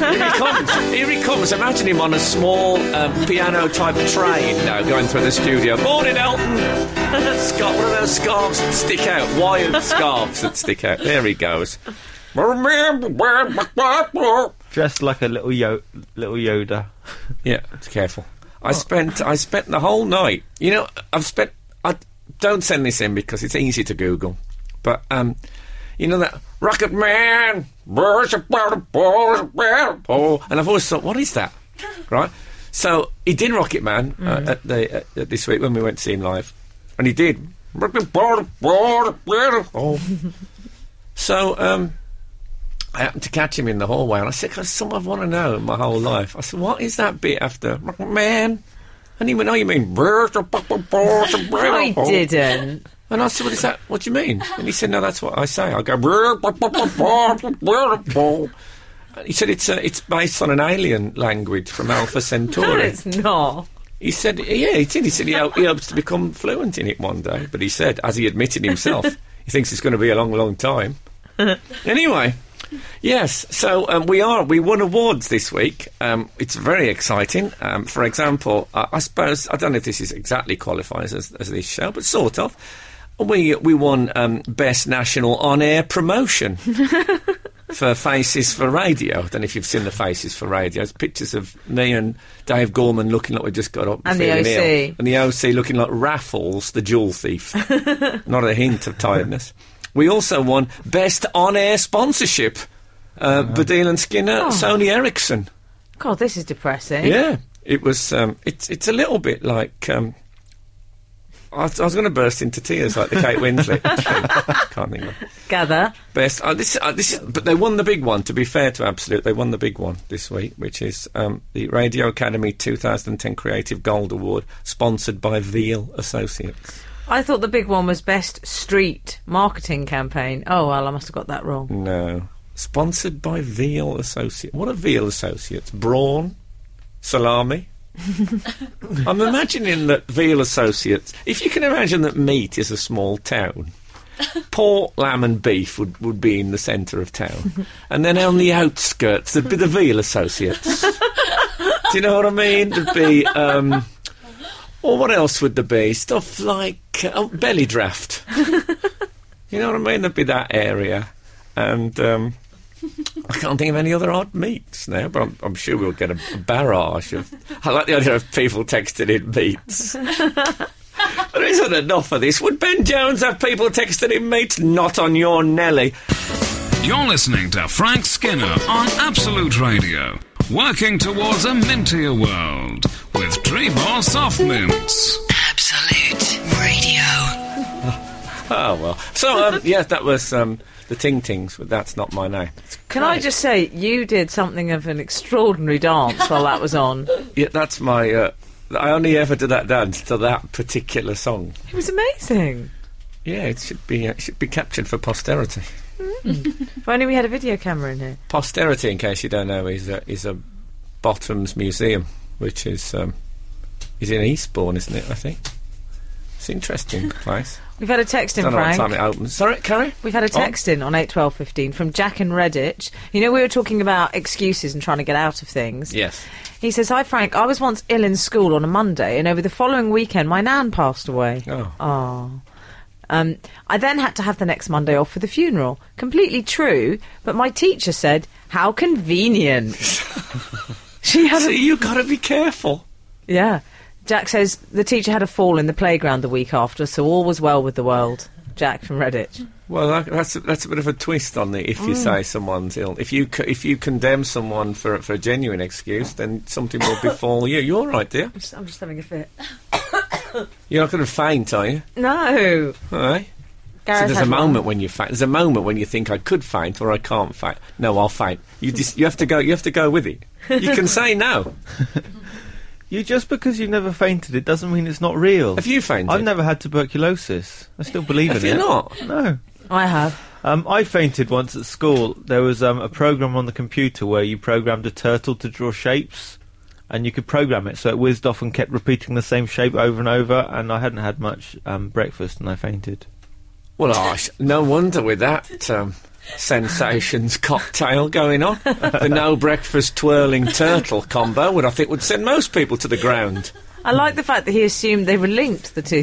Speaker 3: [LAUGHS] here he comes! Here he comes! Imagine him on a small um, piano type train now going through the studio. Morning, Elton. Scott, one of those scarves that stick out, wired scarves that stick out. There he goes. [LAUGHS]
Speaker 5: Dressed like a little yo- little Yoda.
Speaker 3: Yeah, it's careful. I spent I spent the whole night. You know, I've spent. I don't send this in because it's easy to Google. But um, you know that Rocket Man, and I've always thought, what is that? Right. So he did Rocket Man uh, at the at, at this week when we went to see him live, and he did. Oh. So um, I happened to catch him in the hallway, and I said, "Cause some I've want to know my whole life." I said, "What is that bit after man?" And he went, "Oh, you mean?"
Speaker 4: I
Speaker 3: I
Speaker 4: didn't.
Speaker 3: And I said, "What is that? What do you mean?" And he said, "No, that's what I say." I go. And He said it's uh, it's based on an alien language from Alpha
Speaker 4: No,
Speaker 3: Centauri.
Speaker 4: it's not.
Speaker 3: He said, yeah, he did. He said he, ho- he hopes to become fluent in it one day. But he said, as he admitted himself, he thinks it's going to be a long, long time. anyway, yes, so um, we are. We won awards this week. Um, it's very exciting. Um, for example, I, I suppose, I don't know if this is exactly qualifies as, as this show, but sort of. We, we won um, Best National On Air
Speaker 4: [LAUGHS]
Speaker 3: Promotion for Faces for Radio. I don't know if you've seen the Faces for Radio. It's pictures of me and Dave Gorman looking like we just got up
Speaker 4: And the
Speaker 3: feeling
Speaker 4: OC.
Speaker 3: ill. And the OC looking like Raffles, the jewel thief. Not a hint of tiredness. We also won Best On Air Sponsorship. Uh, Badil and Skinner, Sony Ericsson.
Speaker 4: God, this is depressing.
Speaker 3: Yeah, it was. Um, it's it's a little bit like. Um, I was, I was going to burst into tears like the Kate Winslet. Can't think of.
Speaker 4: Gather.
Speaker 3: Best. Uh, this, uh, this is, but they won the big one. To be fair to Absolute, they won the big one this week, which is um, the Radio Academy 2010 Creative Gold Award, sponsored by Veal Associates.
Speaker 4: I thought the big one was best street marketing campaign. Oh well, I must have got that wrong.
Speaker 3: No, sponsored by Veal Associates. What are Veal Associates? Brawn, salami. I'm imagining that Veal Associates. If you can imagine that meat is a small town. Pork, lamb, and beef would, would be in the centre of town. And then on the outskirts, there'd be the veal associates. Do you know what I mean? There'd be, um, or what else would there be? Stuff like uh, oh, belly draft. you know what I mean? There'd be that area. And um, I can't think of any other odd meats now, but I'm, I'm sure we'll get a, a barrage of. I like the idea of people texting in meats. There isn't enough of this. Would Ben Jones have people texting him meats? Not on your Nelly.
Speaker 1: You're listening to Frank Skinner on Absolute Radio, working towards a mintier world with Treebor Soft Mints.
Speaker 2: Absolute Radio.
Speaker 3: Oh well. So um, yes, that was um, the Ting Tings, but that's not my name.
Speaker 4: Can I just say you did something of an extraordinary dance while that
Speaker 3: [LAUGHS]
Speaker 4: was on?
Speaker 3: Yeah, that's my. Uh, I only ever did that dance to that particular song.
Speaker 4: It was amazing.
Speaker 3: Yeah, it should be uh, it should be captured for posterity.
Speaker 4: If only we had a video camera in here.
Speaker 3: Posterity, in case you don't know, is a, is a Bottoms Museum, which is um, is in Eastbourne, isn't it? I think it's an interesting place.
Speaker 4: We've had a text in,
Speaker 3: Don't know what
Speaker 4: Frank.
Speaker 3: time it opens. Sorry, Carrie.
Speaker 4: We've had a
Speaker 3: Oh.
Speaker 4: text in on eight twelve fifteen from Jack in Redditch. You know, we were talking about excuses and trying to get out of things.
Speaker 3: Yes.
Speaker 4: He says, Hi, Frank. I was once ill in school on a Monday, and over the following weekend, my nan passed away.
Speaker 3: Oh.
Speaker 4: Oh. Um, I then had to have the next Monday off for the funeral. Completely true, but my teacher said, How convenient. [LAUGHS] she had
Speaker 3: So
Speaker 4: a.
Speaker 3: you got to be careful.
Speaker 4: Yeah. Jack says, The teacher had a fall in the playground the week after, so all was well with the world. Jack from Redditch.
Speaker 3: Well, that, that's a, that's a bit of a twist on the if you say someone's ill. If you co- if you condemn someone for for a genuine excuse, then something will befall you. You're all right, dear.
Speaker 4: I'm just having a fit.
Speaker 3: You're not going to faint, are you?
Speaker 4: No.
Speaker 3: All right.
Speaker 4: Gareth
Speaker 3: so there's
Speaker 4: has
Speaker 3: a
Speaker 4: one.
Speaker 3: moment when you fight. There's a moment when you think I could fight or I can't fight. No, I'll fight. You just you have to go. You have to go with it. You [LAUGHS] can say no.
Speaker 5: You just because you've never fainted, it doesn't mean it's not real.
Speaker 3: Have you fainted?
Speaker 5: I've never had tuberculosis. I still believe
Speaker 3: Have
Speaker 5: in
Speaker 3: you
Speaker 5: it.
Speaker 3: not?
Speaker 5: No.
Speaker 4: I have.
Speaker 5: Um, I fainted once at school. There was um, a program on the computer where you programmed a turtle to draw shapes, and you could program it so it whizzed off and kept repeating the same shape over and over. And I hadn't had much um, breakfast, and I fainted.
Speaker 3: Well, I s no wonder with that um, sensations cocktail going on. the no breakfast twirling turtle combo would I think would send most people to the ground.
Speaker 4: I like the fact that he assumed they were linked, the two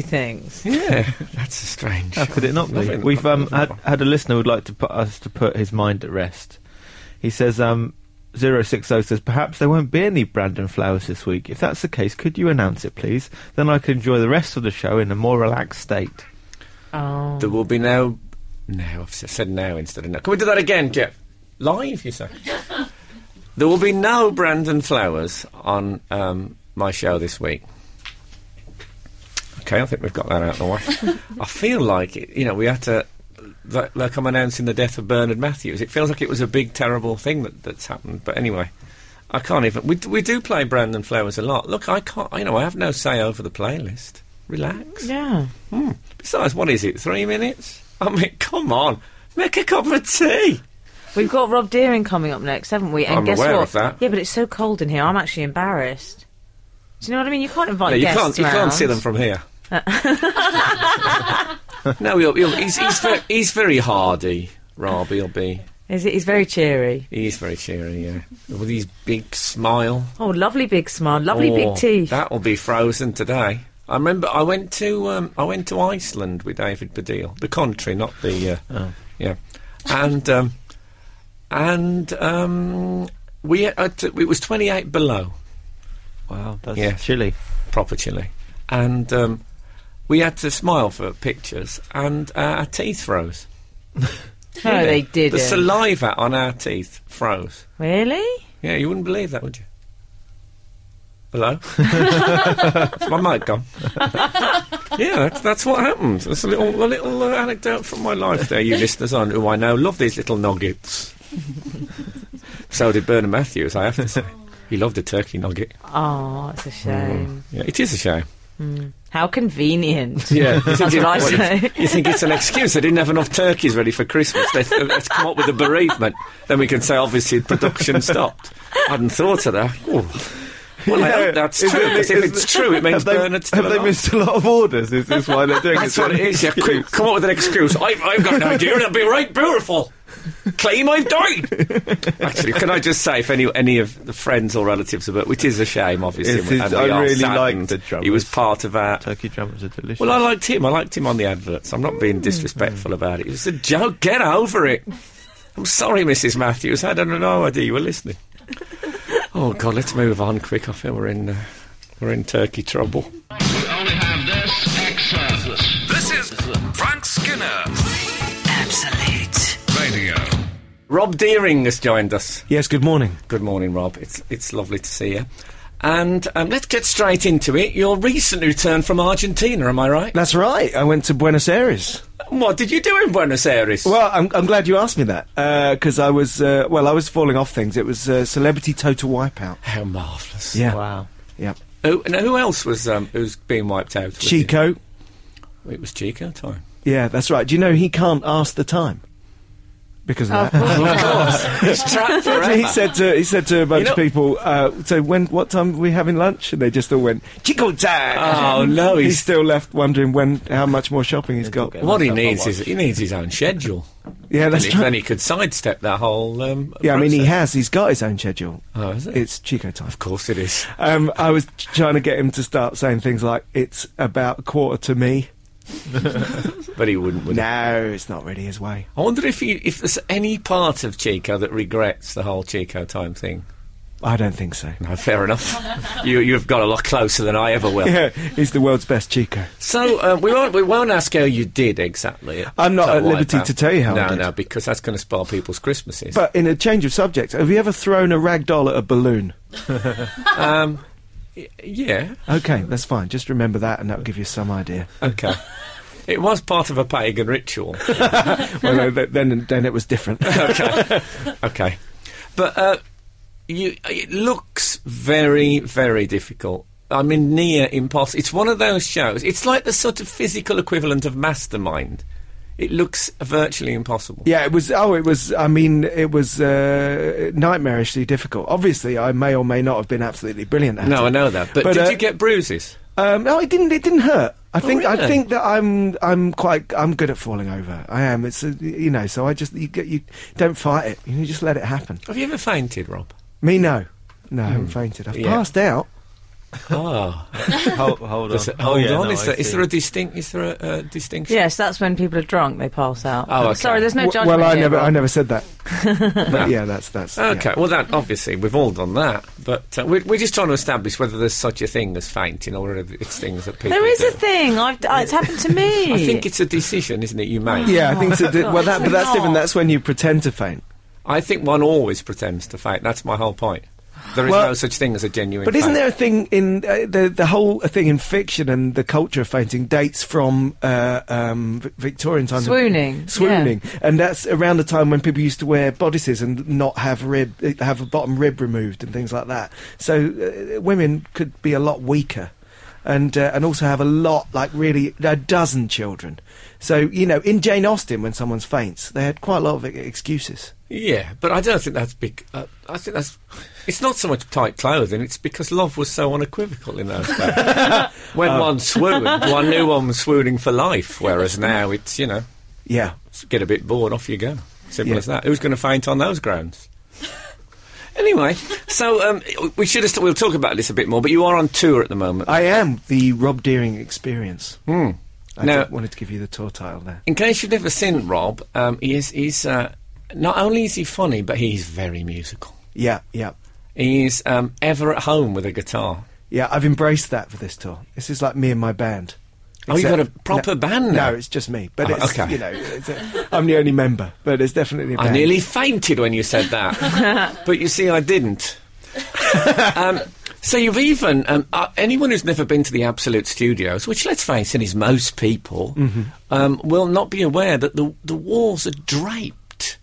Speaker 3: [LAUGHS]
Speaker 4: things.
Speaker 3: Yeah, that's a strange.
Speaker 5: How could it not be?
Speaker 3: Nothing-
Speaker 5: We've um,
Speaker 3: nothing
Speaker 5: had,
Speaker 3: wrong.
Speaker 5: had a listener would like to put us to put his mind at rest. He says, um, 060 says, perhaps there won't be any Brandon Flowers this week. If that's the case, could you announce it, please? Then I could enjoy the rest of the show in a more relaxed state.
Speaker 4: Oh.
Speaker 3: There will be no. No, I've s- said no instead of no. Can we do that again, Jeff? Live, you say? there will be no Brandon Flowers on um, my show this week. Okay, I think we've got that out of the way. I feel like, it, you know, we had to. Like, like I'm announcing the death of Bernard Matthews. It feels like it was a big, terrible thing that, that's happened. But anyway, I can't even. We, d- we do play Brandon Flowers a lot. Look, I can't. You know, I have no say over the playlist. Relax.
Speaker 4: Yeah.
Speaker 3: Besides, what is it? Three minutes? I mean, come on, make a cup of tea.
Speaker 4: We've got Rob Deering coming up next, haven't we? And
Speaker 3: I'm
Speaker 4: guess
Speaker 3: aware
Speaker 4: what?
Speaker 3: of that.
Speaker 4: Yeah, but it's so cold in here. I'm actually embarrassed. Do you know what I mean? You can't invite
Speaker 3: No, you
Speaker 4: guests
Speaker 3: can't. You
Speaker 4: round.
Speaker 3: can't see them from here.
Speaker 4: Uh.
Speaker 3: [LAUGHS] no, he'll, he'll, he's he's very, he's very hardy. Rob, he'll be.
Speaker 4: Is it? He's very cheery.
Speaker 3: He's very cheery, yeah. With his big smile.
Speaker 4: Oh, lovely big smile, lovely
Speaker 3: Oh,
Speaker 4: big teeth.
Speaker 3: That'll be frozen today. I remember I went to um, I went to Iceland with David Baddiel, the country, not the uh, yeah, and um, and um, we uh, t- it was twenty eight below.
Speaker 5: Wow, that's
Speaker 3: Yeah.
Speaker 5: chilly.
Speaker 3: proper chilly. And um, we had to smile for pictures, and uh, our teeth froze.
Speaker 4: no, they didn't.
Speaker 3: The saliva on our teeth froze.
Speaker 4: really?
Speaker 3: Yeah, you wouldn't believe that, would you? Hello? [LAUGHS] Is my mic gone? [LAUGHS] yeah, that's, that's what happened. That's a little, a little uh, anecdote from my life there, you listeners on who I know love these little nuggets. so did Bernard Matthews, I have to say. He loved a turkey nugget.
Speaker 4: Oh, it's a shame.
Speaker 3: Yeah, it is a shame.
Speaker 4: How convenient.
Speaker 3: Hmm. [LAUGHS] Yeah,
Speaker 4: That's what I
Speaker 3: Well, you-
Speaker 4: say.
Speaker 3: You think it's an excuse? They didn't have enough turkeys ready for Christmas. They, let's come up with a bereavement. Then we can say, obviously, production stopped. I hadn't thought of that. Ooh. Well, I hope that's true. Because if it's true, it means
Speaker 5: have they,
Speaker 3: Bernard's still
Speaker 5: have they
Speaker 3: alive.
Speaker 5: missed a lot of orders? Is this why they're doing
Speaker 3: That's
Speaker 5: it?
Speaker 3: what it is. Yeah, quick, come up with an excuse. I've, I've got an idea, and it'll be right beautiful. Claim I've died. Actually, can I just say, if any any of the friends or relatives of it, which is a shame, obviously,
Speaker 5: It's-
Speaker 3: and
Speaker 5: it's-
Speaker 3: we
Speaker 5: I
Speaker 3: are
Speaker 5: really
Speaker 3: saddened.
Speaker 5: liked the
Speaker 3: He was
Speaker 5: drummers.
Speaker 3: part of our
Speaker 5: Turkey drummers are delicious.
Speaker 3: well, I liked him. I liked him on the adverts. I'm not being disrespectful about it. It was a joke. Get over it. I'm sorry, Mrs. Matthews. I don't know idea you were listening. Oh God, let's move on quick. I feel we're in uh, we're in turkey trouble.
Speaker 1: This is Frank Skinner
Speaker 2: Absolute.
Speaker 1: Radio.
Speaker 3: Rob Deering has joined us.
Speaker 6: Yes, good morning.
Speaker 3: Good morning, Rob. It's it's lovely to see you. And um, let's get straight into it. Your recent return from Argentina, am I right?
Speaker 6: That's right. I went to Buenos Aires.
Speaker 3: What did you do in Buenos Aires?
Speaker 6: Well, I'm, I'm glad you asked me that because I was uh, well, I was falling off things. It was uh, celebrity total wipeout.
Speaker 3: How marvellous.
Speaker 6: Yeah,
Speaker 5: wow.
Speaker 6: yeah.
Speaker 3: Who, and who else was um, who's being wiped out? with you?
Speaker 6: Chico.
Speaker 3: It was Chico time.
Speaker 6: Yeah, that's right. Do you know he can't ask the time because of
Speaker 3: Oh.
Speaker 6: that? [LAUGHS]
Speaker 3: He's trapped forever.
Speaker 6: he said to he said to a bunch
Speaker 3: You know-
Speaker 6: of people. Uh, so when what time are we having lunch? And they just all went Chico time. [LAUGHS]
Speaker 3: Oh, no,
Speaker 6: he's,
Speaker 3: he's-
Speaker 6: still left wondering when how much more shopping he's got.
Speaker 5: okay.
Speaker 3: What he
Speaker 5: That's not
Speaker 3: needs
Speaker 5: my
Speaker 3: is he needs his own schedule.
Speaker 6: Yeah,
Speaker 3: Then
Speaker 6: [LAUGHS] that's
Speaker 3: he,
Speaker 6: right.
Speaker 3: then he could sidestep that whole. Um,
Speaker 6: Yeah, I mean he
Speaker 3: process.
Speaker 6: has. He's got his own schedule.
Speaker 3: Oh, is it?
Speaker 6: It's Chico time.
Speaker 3: Of course, it is.
Speaker 6: Um, I was t- trying to get him to start saying things like "It's about a quarter to me."
Speaker 3: But he wouldn't. Would he?
Speaker 6: No, it's not really his way.
Speaker 3: I wonder if he, if there's any part of Chico that regrets the whole Chico time thing.
Speaker 6: I don't think so.
Speaker 3: No, fair enough. you, you've got a lot closer than I ever will.
Speaker 6: Yeah, [LAUGHS] he's the world's best Chico.
Speaker 3: So um, we won't we won't ask how you did exactly.
Speaker 6: I'm not
Speaker 3: So
Speaker 6: at
Speaker 3: why
Speaker 6: liberty
Speaker 3: that?
Speaker 6: to tell you how
Speaker 3: No,
Speaker 6: I did.
Speaker 3: no, because that's going to spoil people's Christmases.
Speaker 6: But in a change of subject, have you ever thrown a rag doll at a balloon?
Speaker 3: yeah, [LAUGHS]
Speaker 6: [LAUGHS] Okay, that's fine. Just remember that, and that'll give you some idea.
Speaker 3: okay. It was part of a pagan ritual.
Speaker 6: well, no, th- then then it was different. [LAUGHS]
Speaker 3: okay, okay, but uh, you, it looks very, very difficult. I mean, near impossible. It's one of those shows. It's like the sort of physical equivalent of Mastermind. It looks virtually impossible.
Speaker 6: Yeah, it was. Oh, it was. I mean, it was uh, nightmarishly difficult. Obviously, I may or may not have been absolutely brilliant at it.
Speaker 3: No, I know that. But,
Speaker 6: But,
Speaker 3: did
Speaker 6: uh,
Speaker 3: you get bruises?
Speaker 6: Um, no, it didn't. It didn't hurt. I think. I
Speaker 3: Oh, really?
Speaker 6: think that I'm. I'm quite. I'm good at falling over. I am. It's. A, you know. So I just. You get. You don't fight it. You just let it happen.
Speaker 3: Have you ever fainted, Rob?
Speaker 6: Me no. No, I haven't fainted. I've
Speaker 3: Hmm. Yeah.
Speaker 6: passed out.
Speaker 3: Ah,
Speaker 5: Hold, hold on.
Speaker 3: Is it-
Speaker 5: Oh,
Speaker 3: hold
Speaker 5: yeah,
Speaker 3: on.
Speaker 5: no,
Speaker 3: is,
Speaker 5: I
Speaker 3: there, is
Speaker 5: see.
Speaker 3: there a distinct? Is there a uh, distinction?
Speaker 4: Yes, that's when people are drunk, they pass out.
Speaker 3: Oh, okay.
Speaker 4: Sorry, there's no
Speaker 6: W-
Speaker 4: judgment.
Speaker 6: well, I
Speaker 4: here,
Speaker 6: never.
Speaker 4: Rob.
Speaker 6: I
Speaker 4: [LAUGHS]
Speaker 6: never said that. but yeah, that's that's. yeah.
Speaker 3: Okay. Well, that obviously we've all done that, but uh, we're, we're just trying to establish whether there's such a thing as fainting or whether it's things that people.
Speaker 4: There is
Speaker 3: do.
Speaker 4: a thing. I've, uh, it's happened to
Speaker 3: [LAUGHS]
Speaker 4: me.
Speaker 3: I think it's a decision, isn't it? You make.
Speaker 6: Yeah, I think so. Th-
Speaker 4: God,
Speaker 6: well, that, but
Speaker 4: it's
Speaker 6: that's different.
Speaker 4: not.
Speaker 6: That's when you pretend to faint.
Speaker 3: I think one always pretends to faint. That's my whole point. There is
Speaker 6: Well-
Speaker 3: no such thing as a genuine.
Speaker 6: But isn't
Speaker 3: faint.
Speaker 6: there a thing in uh, the the whole thing in fiction and the culture of fainting dates from uh, um, v- Victorian times?
Speaker 4: Swooning,
Speaker 6: swooning, and that's around the time when people used to wear bodices and not have rib, uh, have a bottom rib removed and things like that. So uh, women could be a lot weaker, and uh, and also have a lot like really a dozen children. So you know, in Jane Austen, when someone faints, they had quite a lot of e- excuses.
Speaker 3: Yeah, but I don't think that's big. Uh, I think that's. It's not so much tight clothing. It's because love was so unequivocal in those days.
Speaker 6: [LAUGHS]
Speaker 3: when
Speaker 6: Oh.
Speaker 3: one swooned, one knew one was swooning for life. Whereas now, it's you know,
Speaker 6: Yeah,
Speaker 3: s- get a bit bored, off you go. Simple
Speaker 6: Yeah.
Speaker 3: as that. Who's going to faint on those
Speaker 6: [LAUGHS]
Speaker 3: grounds? anyway, so um, we should have. St- we'll talk about this a bit more. But you are on tour at the moment.
Speaker 6: I am the Rob Deering experience. I
Speaker 3: Hmm. Now-
Speaker 6: just wanted to give you the tour title there.
Speaker 3: In case you've never seen Rob, um, he is, he's uh, not only is he funny, but he's very musical.
Speaker 6: Yeah, yeah,
Speaker 3: He's um, ever at home with a guitar.
Speaker 6: yeah. I've embraced that for this tour. This is like me and my band.
Speaker 3: Oh, you've got a
Speaker 6: Except-
Speaker 3: proper band now.
Speaker 6: No, it's just me. But
Speaker 3: Oh,
Speaker 6: it's,
Speaker 3: okay.
Speaker 6: you know, it's a, I'm the only member. But it's definitely a
Speaker 3: I
Speaker 6: band.
Speaker 3: nearly fainted when you said
Speaker 6: [LAUGHS]
Speaker 3: that, but you see, I didn't. um, so you've even um, uh, anyone who's never been to the Absolute Studios, which let's face it, is most people,
Speaker 6: Mm-hmm.
Speaker 3: um, will not be aware that the the walls are draped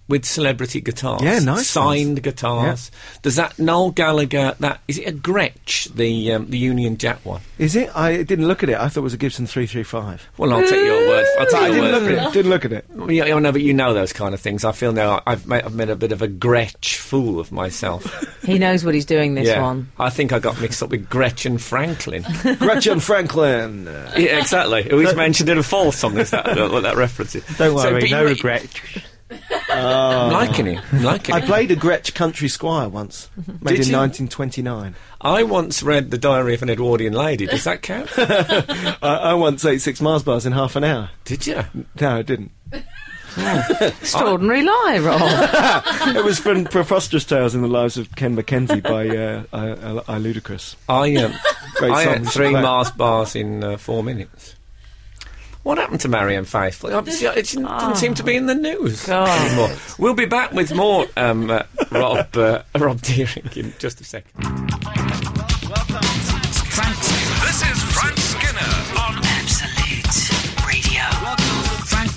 Speaker 3: with celebrity guitars.
Speaker 6: Yeah, nice
Speaker 3: signed
Speaker 6: ones.
Speaker 3: guitars. There's that Noel Gallagher. That is it a Gretsch, the um, the Union Jack one.
Speaker 6: Is it? I didn't look at it. I thought it was a Gibson 335.
Speaker 3: Well, I'll take your word. I'll
Speaker 6: But
Speaker 3: take
Speaker 6: Mm. I
Speaker 3: your
Speaker 6: didn't
Speaker 3: word
Speaker 6: look
Speaker 3: for it.
Speaker 6: at it. Didn't look
Speaker 3: [LAUGHS]
Speaker 6: at it.
Speaker 3: Well, Yeah, I know, but you know those kind of things. I feel now I've made, I've made a bit of a Gretsch fool of myself.
Speaker 4: He knows what he's doing, this
Speaker 3: yeah,
Speaker 4: one.
Speaker 3: I think I got mixed up with Gretchen Franklin. [LAUGHS]
Speaker 6: Gretchen Franklin. Uh,
Speaker 3: yeah, exactly. Who is mentioned in a false song? Is that what that reference is?
Speaker 5: Don't
Speaker 3: So,
Speaker 5: worry,
Speaker 3: but
Speaker 5: no
Speaker 3: you-
Speaker 5: regret.
Speaker 3: [LAUGHS] I'm liking it. I'm liking
Speaker 6: I
Speaker 3: it.
Speaker 6: played a Gretsch country squire once, made in
Speaker 3: Mhm. Did you?
Speaker 6: 1929.
Speaker 3: I once read the Diary of an Edwardian Lady. Does that
Speaker 5: [LAUGHS]
Speaker 3: count?
Speaker 6: I, I once ate six Mars bars in half an hour.
Speaker 3: Did you?
Speaker 6: No, I didn't.
Speaker 4: Extraordinary lie,
Speaker 3: [LAUGHS]
Speaker 4: Rob.
Speaker 6: it was from Preposterous Tales in the Lives of Ken Mackenzie by uh, I, I, I Ludicrous.
Speaker 3: I um,
Speaker 6: Great
Speaker 3: I
Speaker 6: song,
Speaker 3: had
Speaker 6: we should
Speaker 3: three
Speaker 6: play it.
Speaker 3: Mars bars in uh, four minutes. What happened to Marianne Faithfull? Obviously, it didn't, didn't seem to be in the news
Speaker 4: God.
Speaker 3: anymore. We'll be back with more um, uh, Rob uh, [LAUGHS] Rob Deering in just a second.
Speaker 1: Frank Skinner. This is Frank Skinner on
Speaker 2: Absolute Radio.
Speaker 1: Frank.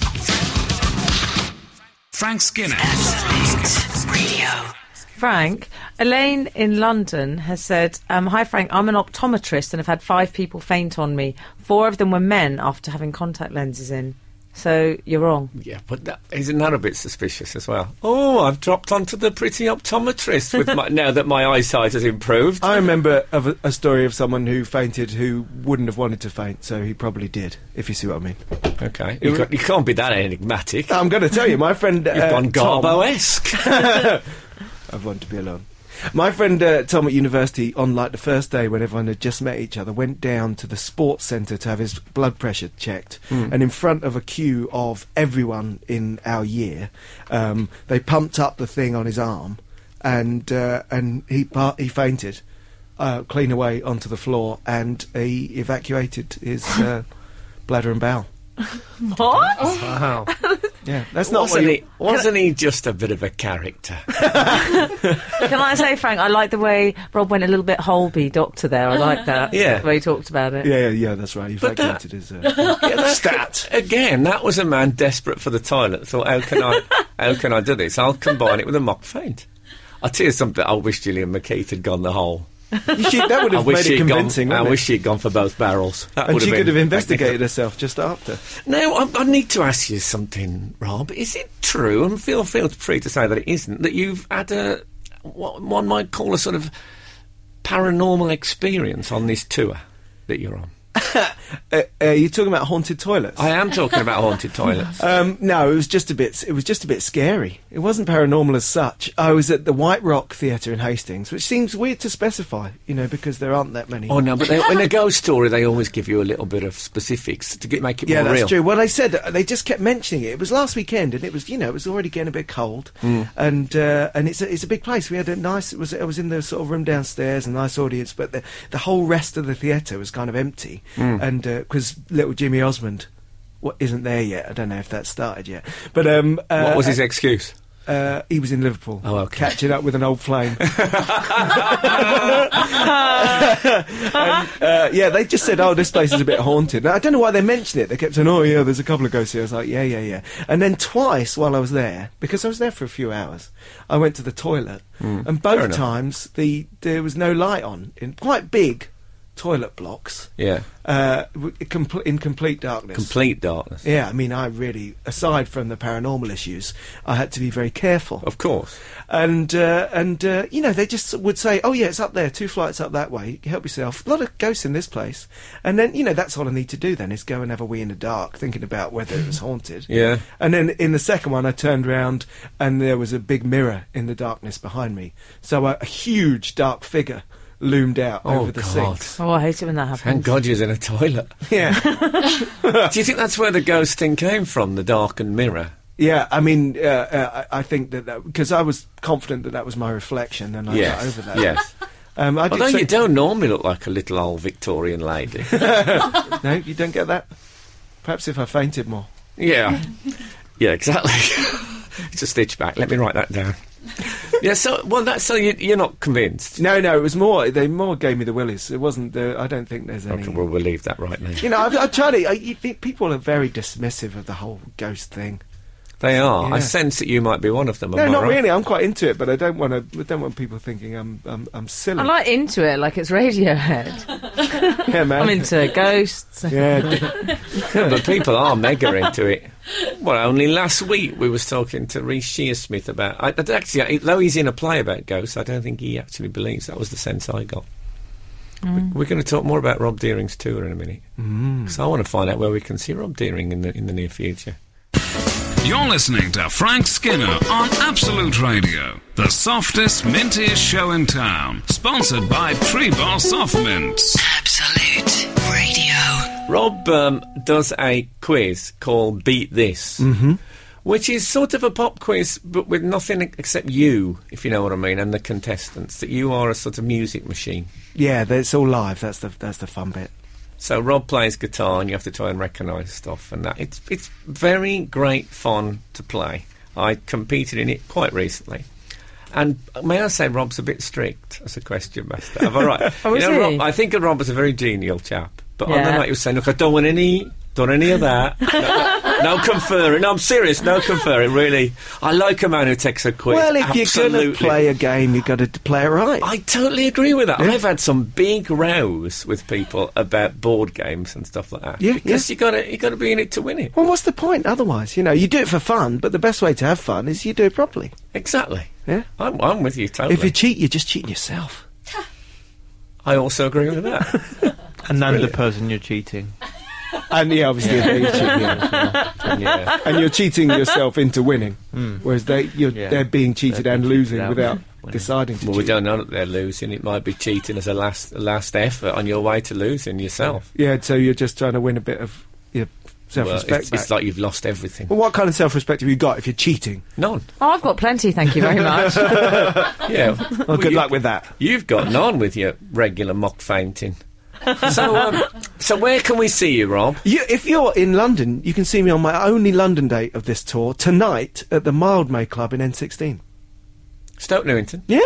Speaker 1: Frank Skinner.
Speaker 2: Absolute Radio.
Speaker 4: Frank, Elaine in London has said, um, Hi, Frank, I'm an optometrist and have had five people faint on me. Four of them were men after having contact lenses in. So you're wrong.
Speaker 3: Yeah, but that, isn't that a bit suspicious as well? Oh, I've dropped onto the pretty optometrist with
Speaker 6: [LAUGHS]
Speaker 3: my, now that my eyesight has improved.
Speaker 6: I remember of a, a story of someone who fainted who wouldn't have wanted to faint, so he probably did, if you see what I mean.
Speaker 3: Okay, you, ca- you can't be that enigmatic.
Speaker 6: I'm going to tell you, my friend.
Speaker 3: You've
Speaker 6: uh,
Speaker 3: gone eh?
Speaker 6: Tom- [LAUGHS]
Speaker 3: Garbo-esque.
Speaker 6: I've wanted to be alone. My friend uh, Tom at university, on like the first day when everyone had just met each other, went down to the sports centre to have his blood pressure checked.
Speaker 3: Hmm.
Speaker 6: And in front of a queue of everyone in our year, um, they pumped up the thing on his arm, and uh, and he par- he fainted, uh, clean away onto the floor, and he
Speaker 3: [LAUGHS]
Speaker 6: evacuated his uh, bladder and bowel.
Speaker 4: What?
Speaker 3: Wow.
Speaker 6: Yeah, that's not
Speaker 3: Wasn't
Speaker 6: what
Speaker 3: he? Wasn't he just a bit of a
Speaker 6: [LAUGHS]
Speaker 3: character?
Speaker 4: [LAUGHS] Can I say, Frank, I like the way Rob went a little bit Holby doctor there. I like that.
Speaker 3: Yeah.
Speaker 4: The way he talked about it.
Speaker 6: you- Yeah, yeah, yeah, that's right. You
Speaker 3: But that-
Speaker 6: vacated his. Uh,
Speaker 3: Yeah, that- Again, that was a man desperate for the toilet. Thought, how can
Speaker 6: [LAUGHS]
Speaker 3: I, how can I do this? I'll combine it with a mock feint. I tell you something. I wish Gillian McKeith had gone the whole.
Speaker 6: you
Speaker 3: [LAUGHS]
Speaker 6: should- that would
Speaker 3: I
Speaker 6: have
Speaker 3: wish
Speaker 6: made it
Speaker 3: she'd gone.
Speaker 6: convincing.
Speaker 3: I
Speaker 6: wouldn't it?
Speaker 3: wish she'd gone for both barrels. That
Speaker 6: and
Speaker 3: would
Speaker 6: she
Speaker 3: been
Speaker 6: could have
Speaker 3: magnificent.
Speaker 6: investigated herself just after.
Speaker 3: Now, I, I need to ask you something, Rob. Is it true, and feel, feel free to say that it isn't, that you've had a, what one might call a sort of paranormal experience on this tour that you're on?
Speaker 6: Uh, uh, you're talking about haunted toilets.
Speaker 3: I am talking about haunted toilets.
Speaker 6: Um, no, it was just a bit. It was just a bit scary. It wasn't paranormal as such. I was at the White Rock Theatre in Hastings, which seems weird to specify, you know, because there aren't that many.
Speaker 3: Oh no, but they, in a ghost story, they always give you a little bit of specifics to get, make it
Speaker 6: yeah,
Speaker 3: more
Speaker 6: that's
Speaker 3: real.
Speaker 6: true. Well, they said that- they just kept mentioning it. It was last weekend, and it was you know it was already getting a bit cold,
Speaker 3: Mm.
Speaker 6: and uh, and it's a, it's a big place. We had a nice. It was I was in the sort of room downstairs, a nice audience, but the the whole rest of the theatre was kind of empty,
Speaker 3: Mm.
Speaker 6: and because little Jimmy Osmond. What isn't there yet? I don't know if that started yet. But um, uh,
Speaker 3: What was his excuse?
Speaker 6: Uh, he was in Liverpool.
Speaker 3: Oh, okay.
Speaker 6: Catching up with an
Speaker 3: [LAUGHS]
Speaker 6: old flame. [LAUGHS] And, uh, yeah, they just said, oh, this place is a bit haunted. Now, I don't know why they mentioned it. They kept saying, oh, yeah, there's a couple of ghosts here. I was like, yeah, yeah, yeah. And then twice while I was there, because I was there for a few hours, I went to the toilet. and
Speaker 3: Hmm. fair
Speaker 6: both
Speaker 3: enough.
Speaker 6: times, the there was no light on in quite big toilet blocks.
Speaker 3: Yeah,
Speaker 6: Uh, w- com- in complete darkness.
Speaker 3: complete darkness.
Speaker 6: Yeah, I mean, I really, aside from the paranormal issues, I had to be very careful.
Speaker 3: Of course.
Speaker 6: And uh, and uh, you know, they just would say, "Oh yeah, it's up there, two flights up that way. Help yourself." A lot of ghosts in this place. And then you know, that's all I need to do then is go and have a wee in the dark, thinking about whether it was haunted.
Speaker 3: [LAUGHS] Yeah.
Speaker 6: And then in the second one, I turned round and there was a big mirror in the darkness behind me. So a, a huge dark figure loomed out
Speaker 3: Oh,
Speaker 6: over the
Speaker 3: God.
Speaker 6: seats.
Speaker 4: Oh, I hate it when that happens.
Speaker 3: Thank God you're in a toilet.
Speaker 6: [LAUGHS] Yeah.
Speaker 3: Do you think that's where the ghost thing came from? The darkened mirror.
Speaker 6: Yeah, I mean, uh, uh, I I think that because I was confident that that was my reflection, and I got over that.
Speaker 3: yes.
Speaker 6: Um, I did
Speaker 3: Although
Speaker 6: say-
Speaker 3: you don't normally look like a little old Victorian
Speaker 6: [LAUGHS]
Speaker 3: lady.
Speaker 6: No, you don't get that. Perhaps if I fainted more.
Speaker 3: yeah. Yeah, exactly. [LAUGHS] it's a stitch back. Let me write that down. yeah, so well, that so you, you're not convinced.
Speaker 6: No, no, it was more. They more gave me the willies. It wasn't the. I don't think there's any.
Speaker 3: Okay, well, we'll leave that right now.
Speaker 6: You know, I've, I've tried it. I, you think people are very dismissive of the whole ghost thing.
Speaker 3: They are. I
Speaker 6: Yeah.
Speaker 3: sense that you might be one of them.
Speaker 6: No,
Speaker 3: am I
Speaker 6: not
Speaker 3: right?
Speaker 6: really. I'm quite into it, but I don't want to. I don't want people thinking I'm I'm, I'm silly.
Speaker 4: I'm like into it, like it's Radiohead.
Speaker 6: [LAUGHS] yeah, man.
Speaker 4: I'm into ghosts.
Speaker 6: Yeah, d-
Speaker 3: but people are mega into it. Well, only last week we was talking to Reece Shearsmith about. I, I- actually, I- though he's in a play about ghosts, I don't think he actually believes. That was the sense I got. We, we're going to talk more about Rob Deering's tour in a minute, because I want to find out where we can see Rob Deering in the in the near future.
Speaker 1: You're listening to Frank Skinner on Absolute Radio, the softest, mintiest show in town. Sponsored by Tree Bar Soft Mints.
Speaker 2: Absolute Radio.
Speaker 3: Rob um, does a quiz called Beat This, mm-hmm. which is sort of a pop quiz, but with nothing except you, if you know what I mean, and the contestants. That you are a sort of music machine.
Speaker 6: yeah. It's all live. That's the that's the fun bit.
Speaker 3: So Rob plays guitar, and you have to try and recognise stuff, and that it's it's very great fun to play. I competed in it quite recently, and may I say, Rob's a bit strict as a question master. Am I right?
Speaker 4: [LAUGHS] Oh,
Speaker 3: you
Speaker 4: is
Speaker 3: know,
Speaker 4: he?
Speaker 3: Rob, I think of Rob as a very genial chap, but on the
Speaker 4: Yeah.
Speaker 3: night he was saying, "Look, I don't want any." Don't any of
Speaker 4: [LAUGHS]
Speaker 3: that. No, no, no conferring. No, I'm serious. No conferring. Really, I like a man who takes a quiz.
Speaker 6: Well, if you're
Speaker 3: Absolutely.
Speaker 6: going to play a game, you've got to play it right.
Speaker 3: I totally agree with that. I've had some big rows with people about board games and stuff like that.
Speaker 6: Yeah,
Speaker 3: because you got to you got to be in it to win it.
Speaker 6: Well, what's the point otherwise? You know, you do it for fun, but the best way to have fun is you do it properly.
Speaker 3: Exactly.
Speaker 6: Yeah.
Speaker 3: I'm, I'm with you totally.
Speaker 6: If you cheat, you're just cheating yourself.
Speaker 3: I also agree with that.
Speaker 6: [LAUGHS]
Speaker 5: And then the
Speaker 3: Brilliant.
Speaker 5: person you're cheating.
Speaker 6: And yeah, obviously, you're cheating
Speaker 3: yeah.
Speaker 6: and you're cheating yourself into winning, whereas they you're,
Speaker 5: Yeah.
Speaker 6: Hmm. they're being cheated
Speaker 5: They're
Speaker 6: and
Speaker 5: being cheated
Speaker 6: losing
Speaker 5: out.
Speaker 6: without
Speaker 5: Winning.
Speaker 6: deciding to
Speaker 3: Well, we
Speaker 6: cheat.
Speaker 3: don't know that they're losing. It might be cheating as a last a last effort on your way to losing yourself.
Speaker 6: Yeah, so you're just trying to win a bit of your
Speaker 3: Well,
Speaker 6: self-respect
Speaker 3: it's,
Speaker 6: back. Oh.
Speaker 3: it's like you've lost everything.
Speaker 6: well, what kind of self-respect have you got if you're cheating?
Speaker 3: None.
Speaker 4: Oh, I've got plenty, thank you very
Speaker 6: [LAUGHS]
Speaker 4: much.
Speaker 3: Yeah.
Speaker 6: Well, good
Speaker 3: you-
Speaker 6: luck with that.
Speaker 3: You've got none with your regular mock fainting. so, um, so where can we see you, Rob?
Speaker 6: You, if you're in London, you can see me on my only London date of this tour tonight at the Mildmay Club in N16.
Speaker 3: Stoke Newington.
Speaker 6: Yeah,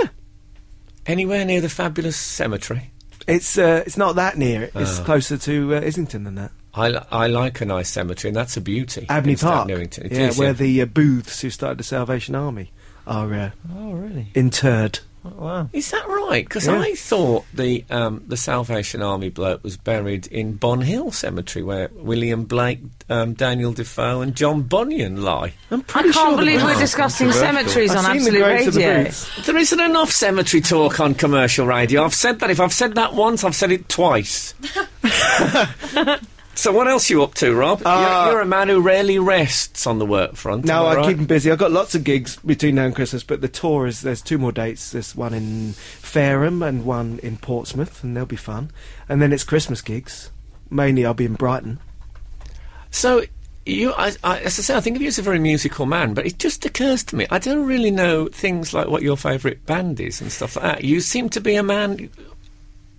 Speaker 3: Anywhere near the fabulous cemetery?
Speaker 6: it's uh, it's not that near. It's
Speaker 3: Ah.
Speaker 6: closer to uh, Islington than that.
Speaker 3: I, li- I like a nice cemetery, and that's a beauty.
Speaker 6: Abney
Speaker 3: in Stoke
Speaker 6: Park.
Speaker 3: Newington. It
Speaker 6: yeah,
Speaker 3: is,
Speaker 6: where the uh, booths who started the Salvation Army are uh,
Speaker 5: Oh, really?
Speaker 6: interred.
Speaker 5: Wow.
Speaker 3: Is that right? Because
Speaker 6: Yeah.
Speaker 3: I thought the um, the Salvation Army bloke was buried in Bon Hill Cemetery, where William Blake, um, Daniel Defoe, and John Bunyan lie.
Speaker 6: I'm
Speaker 4: I
Speaker 6: pretty
Speaker 4: can't
Speaker 6: sure the
Speaker 4: believe we're
Speaker 6: booths-
Speaker 4: discussing
Speaker 5: controversial.
Speaker 4: cemeteries
Speaker 6: I've
Speaker 4: on
Speaker 6: seen the
Speaker 4: Absolute
Speaker 6: graves of the
Speaker 4: Radio.
Speaker 6: booths.
Speaker 3: There isn't enough cemetery talk on commercial radio. I've said that. If I've said that once, I've said it
Speaker 6: [LAUGHS]
Speaker 3: twice. so what else you up to, Rob?
Speaker 6: Uh,
Speaker 3: you're, you're a man who rarely rests on the work front.
Speaker 6: No,
Speaker 3: am
Speaker 6: I
Speaker 3: I right?
Speaker 6: keep them busy. I've got lots of gigs between now and Christmas, but the tour is there's two more dates. There's one in Fareham and one in Portsmouth, and they'll be fun. And then it's Christmas gigs. Mainly, I'll be in Brighton.
Speaker 3: So, you, I, I, as I say, I think of you as a very musical man, but it just occurs to me, I don't really know things like what your favourite band is and stuff like that. You seem to be a man.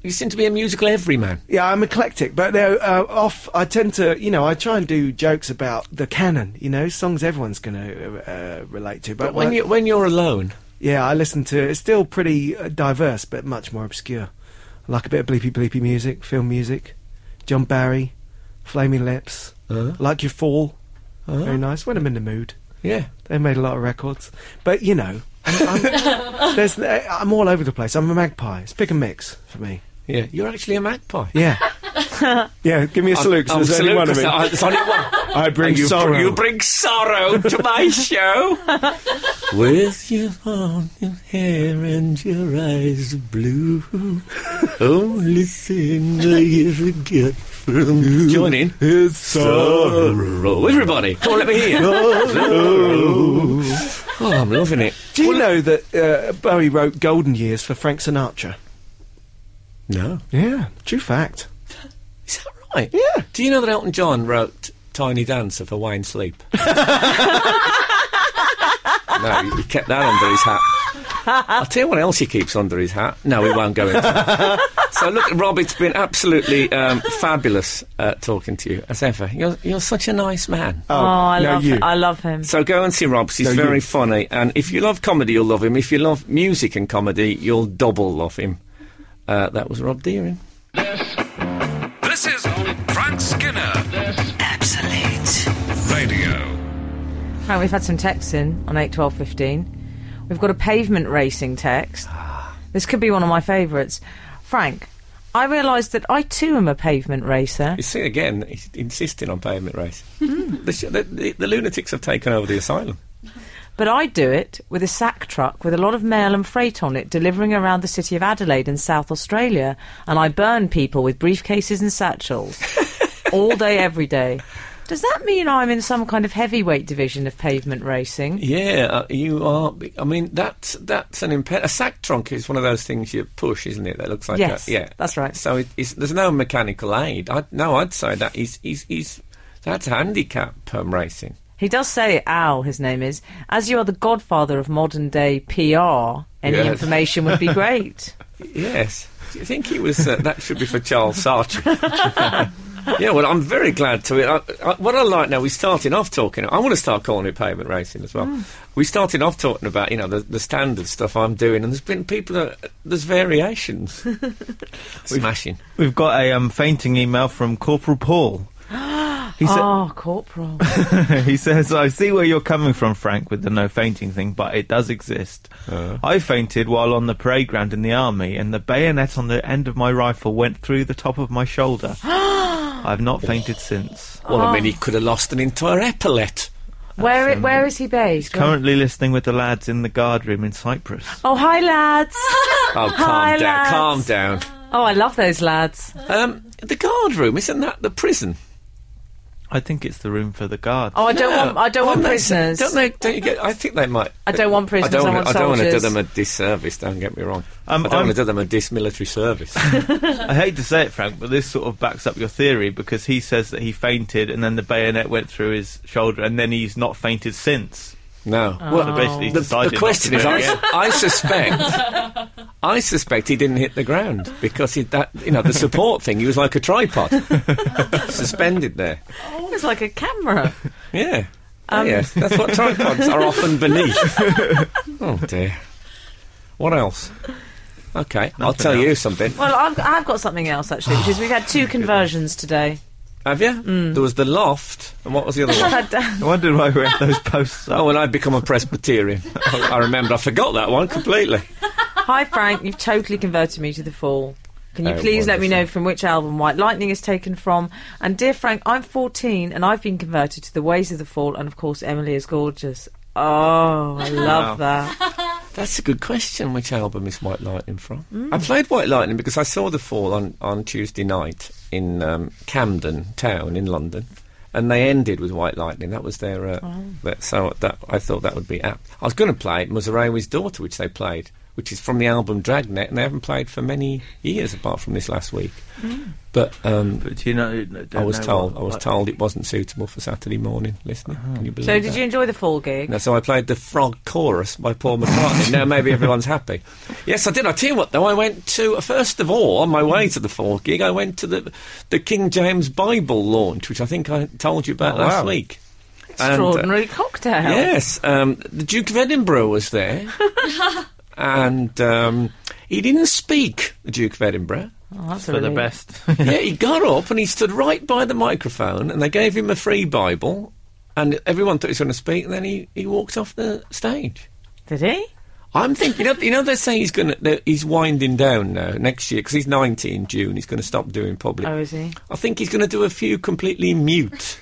Speaker 3: You seem to be a musical everyman.
Speaker 6: Yeah, I'm eclectic, but they're uh, off. I tend to, you know, I try and do jokes about the canon, you know, songs everyone's going to uh, relate to. But,
Speaker 3: But when
Speaker 6: like-
Speaker 3: you when you're alone,
Speaker 6: yeah, I listen to it's still pretty uh, diverse, but much more obscure. I like a bit of bleepy bleepy music, film music, John Barry, Flaming Lips,
Speaker 3: Uh-huh.
Speaker 6: like your fall, very nice. When I'm in the mood,
Speaker 3: yeah.
Speaker 6: they made a lot of records, but you know, I'm, I'm, there's, uh, I'm all over the place. I'm a magpie. It's pick and mix for me.
Speaker 3: Yeah, you're actually a magpie. Oh,
Speaker 6: Yeah. Yeah, give me a salute. 'cause
Speaker 3: I'll
Speaker 6: there's only
Speaker 3: salute
Speaker 6: one of
Speaker 3: 'cause
Speaker 6: me.
Speaker 3: I- there's only one.
Speaker 6: I bring
Speaker 3: And you,
Speaker 6: sorrow.
Speaker 3: br- you bring sorrow to my show. [LAUGHS] With your on your hair and your eyes blue, only thing I ever get from you. Join in. It's sorrow. Everybody, come on, let me hear. Sorrow. Oh, I'm loving it.
Speaker 6: Do you know that uh, Bowie wrote Golden Years for Frank Sinatra?
Speaker 3: No.
Speaker 6: Yeah, true fact.
Speaker 3: Is that right?
Speaker 6: Yeah.
Speaker 3: Do you know that Elton John wrote Tiny Dancer for Wayne
Speaker 6: [LAUGHS]
Speaker 3: Sleep? no, he he kept that under his hat. I'll tell you what else he keeps under his hat. No, we won't go into that. So, look, Rob, it's been absolutely um, fabulous uh, talking to you, as ever. You're, you're such a nice man.
Speaker 4: Oh, I
Speaker 6: no,
Speaker 4: love
Speaker 6: you.
Speaker 4: I love him.
Speaker 3: So go and see Rob. 'cause He's
Speaker 6: Uh, No,
Speaker 3: very
Speaker 6: you-
Speaker 3: funny, and if you love comedy, you'll love him. If you love music and comedy, you'll double love him. Uh, that was Rob Deering.
Speaker 1: This is Frank Skinner
Speaker 2: Absolute.
Speaker 1: Radio.
Speaker 4: Right, we've had some texts in on eight twelve fifteen. We've got a pavement racing text. This could be one of my favourites. Frank, I realised that I too am a pavement racer.
Speaker 3: You see again, he's insisting on pavement race.
Speaker 4: Hmm.
Speaker 3: the, sh- the, the, the lunatics have taken over the asylum.
Speaker 4: But I do it with a sack truck with a lot of mail and freight on it, delivering around the city of Adelaide in South Australia, and I burn people with briefcases and satchels all day, every day. Does that mean I'm in some kind of heavyweight division of pavement racing?
Speaker 3: Yeah, uh, you are. b- I mean, that's that's an impe- a sack trunk is one of those things you push, isn't it? That looks like
Speaker 4: Yes,
Speaker 3: a, yeah,
Speaker 4: that's right.
Speaker 3: So it, it's, there's no mechanical aid. I, no, I'd say that is is is that's handicap um, racing.
Speaker 4: He does say, Al, his name is, as you are the godfather of modern day PR, any
Speaker 3: Yes.
Speaker 4: information would be great.
Speaker 3: Yes. Do you think he was? Uh, that should be for Charles Sargent. [LAUGHS] yeah, well, I'm very glad to it. I, I, what I like now, we started off talking. I want to start calling it pavement racing as well. We started off talking about you know the, the standard stuff I'm doing, and there's been people that there's variations. Smashing.
Speaker 5: We've got a um, fainting email from Corporal Paul. He, sa-
Speaker 4: oh, Corporal.
Speaker 5: he says, I see where you're coming from, Frank, with the no fainting thing, but it does exist. I fainted while on the parade ground in the army, and the bayonet on the end of my rifle went through the top of my shoulder. I've not fainted since.
Speaker 3: Well, I mean, he could have lost an entire epaulette.
Speaker 4: Where, i- where is he based?
Speaker 5: Currently listening with the lads in the guard room in Cyprus.
Speaker 4: oh, hi, lads.
Speaker 3: [LAUGHS]
Speaker 4: [LAUGHS]
Speaker 3: Oh, calm
Speaker 4: Hi,
Speaker 3: down,
Speaker 4: lads.
Speaker 3: calm down.
Speaker 4: Oh, I love those lads.
Speaker 3: Um, the guard room isn't that the prison?
Speaker 5: I think it's the room for the guards.
Speaker 4: Oh, I don't want. I don't
Speaker 3: Oh,
Speaker 4: want
Speaker 3: they-
Speaker 4: prisoners.
Speaker 3: Don't they? Don't you get? I think they might.
Speaker 4: I don't want prisoners, I
Speaker 3: wanna-
Speaker 4: want
Speaker 3: I don't to do
Speaker 4: soldiers.
Speaker 3: them a disservice. Don't get me wrong.
Speaker 5: Um,
Speaker 3: I don't want
Speaker 5: I'm-
Speaker 3: to do them a dismilitary
Speaker 4: [LAUGHS]
Speaker 3: service.
Speaker 5: I hate to say it, Frank, but this sort of backs up your theory because he says that he fainted and then the bayonet went through his shoulder and then he's not fainted since.
Speaker 3: No.
Speaker 4: Oh.
Speaker 5: Well, so basically,
Speaker 3: The,
Speaker 5: decided
Speaker 3: the
Speaker 5: not
Speaker 3: question
Speaker 5: to
Speaker 3: is,
Speaker 5: do
Speaker 3: I,
Speaker 5: it.
Speaker 3: s- I suspect, I suspect he didn't hit the ground because he, that you know the support thing. He was like a
Speaker 4: [LAUGHS]
Speaker 3: tripod, suspended there.
Speaker 4: It's like a camera.
Speaker 3: Yeah.
Speaker 4: Um,
Speaker 3: Oh, yes, that's what tripods are often beneath.
Speaker 4: [LAUGHS]
Speaker 3: oh dear. What else? Okay, I'll tell you something.
Speaker 4: Well, I've, I've got something else actually, which is
Speaker 3: [SIGHS]
Speaker 4: we've had two conversions today.
Speaker 3: Have you? There was the loft, and what was the other
Speaker 4: I've [LAUGHS]
Speaker 3: one?
Speaker 4: had, uh,
Speaker 5: I wonder why we had those posts
Speaker 3: [LAUGHS]
Speaker 5: up.
Speaker 3: Oh, and I'd become a Presbyterian. I remember. I forgot that one completely.
Speaker 4: Hi Frank, you've totally converted me to the fall. Can you
Speaker 3: Oh,
Speaker 4: please let me
Speaker 3: wonderful.
Speaker 4: know from which album White Lightning is taken from? And dear Frank, I'm 14 and I've been converted to the ways of the fall, and of course Emily is gorgeous. Oh, I love that.
Speaker 3: That's a good question. Which album is White Lightning from? I played White Lightning because I saw The Fall on, on Tuesday night in um, Camden Town in London, and they ended with White Lightning. That was their. Uh, that, so that I thought that would be apt. I was going to play Mazarewi's Daughter, which they played, which is from the album Dragnet, and they haven't played for many years apart from this last week. But um,
Speaker 5: But do you know, don't
Speaker 3: I was
Speaker 5: know
Speaker 3: told
Speaker 5: what- Oh.
Speaker 3: I was
Speaker 5: like-
Speaker 3: told it wasn't suitable for Saturday morning listening. Can you believe
Speaker 4: So,
Speaker 3: that?
Speaker 4: did you enjoy the fall gig?
Speaker 3: Now, so I played the Frog Chorus by Paul McCartney. now maybe everyone's happy. Yes, I did. I tell you what, though, I went to first of all on my way to the Frog gig. I went to the the King James Bible launch, which I think I told you about
Speaker 5: Oh,
Speaker 3: last
Speaker 5: wow.
Speaker 3: week. And, uh,
Speaker 4: Extraordinary cocktail.
Speaker 3: Yes, um, the Duke of Edinburgh was
Speaker 4: [LAUGHS]
Speaker 3: there, and um, he didn't speak. The Duke of Edinburgh.
Speaker 4: Oh, that's a
Speaker 5: for the
Speaker 4: relief.
Speaker 5: [LAUGHS] best.
Speaker 3: [LAUGHS] yeah, he got up and he stood right by the microphone, and they gave him a free Bible, and everyone thought he was going to speak, and then he, he walked off the stage.
Speaker 4: Did he?
Speaker 3: I'm thinking, you know, you know they're saying he's going to, he's winding down now next year because he's 90 in June. He's going to stop doing public.
Speaker 4: Oh, is he?
Speaker 3: I think he's going to do a few completely
Speaker 4: [LAUGHS]
Speaker 3: mute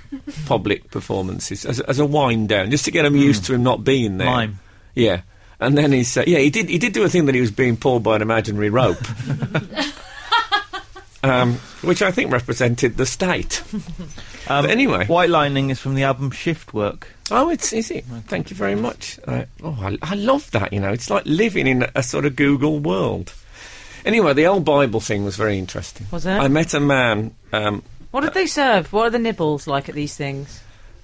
Speaker 3: public performances as, as a wind down, just to get him
Speaker 4: Mm.
Speaker 3: used to him not being there.
Speaker 5: Mime.
Speaker 3: Yeah. And then he said, yeah, he did. He did do a thing that he was being pulled by an imaginary
Speaker 4: [LAUGHS]
Speaker 3: rope, um, which I think represented the state.
Speaker 5: Um,
Speaker 3: But anyway.
Speaker 5: White Lining is from the album Shift Work.
Speaker 3: Oh, it's is it? Thank you very much. Uh, oh, I, I love that. You know, it's like living in a, a sort of Google world. Anyway, the old Bible thing was very interesting.
Speaker 4: Was it?
Speaker 3: I met a man. Um,
Speaker 4: What did they serve? What are the nibbles like at these things?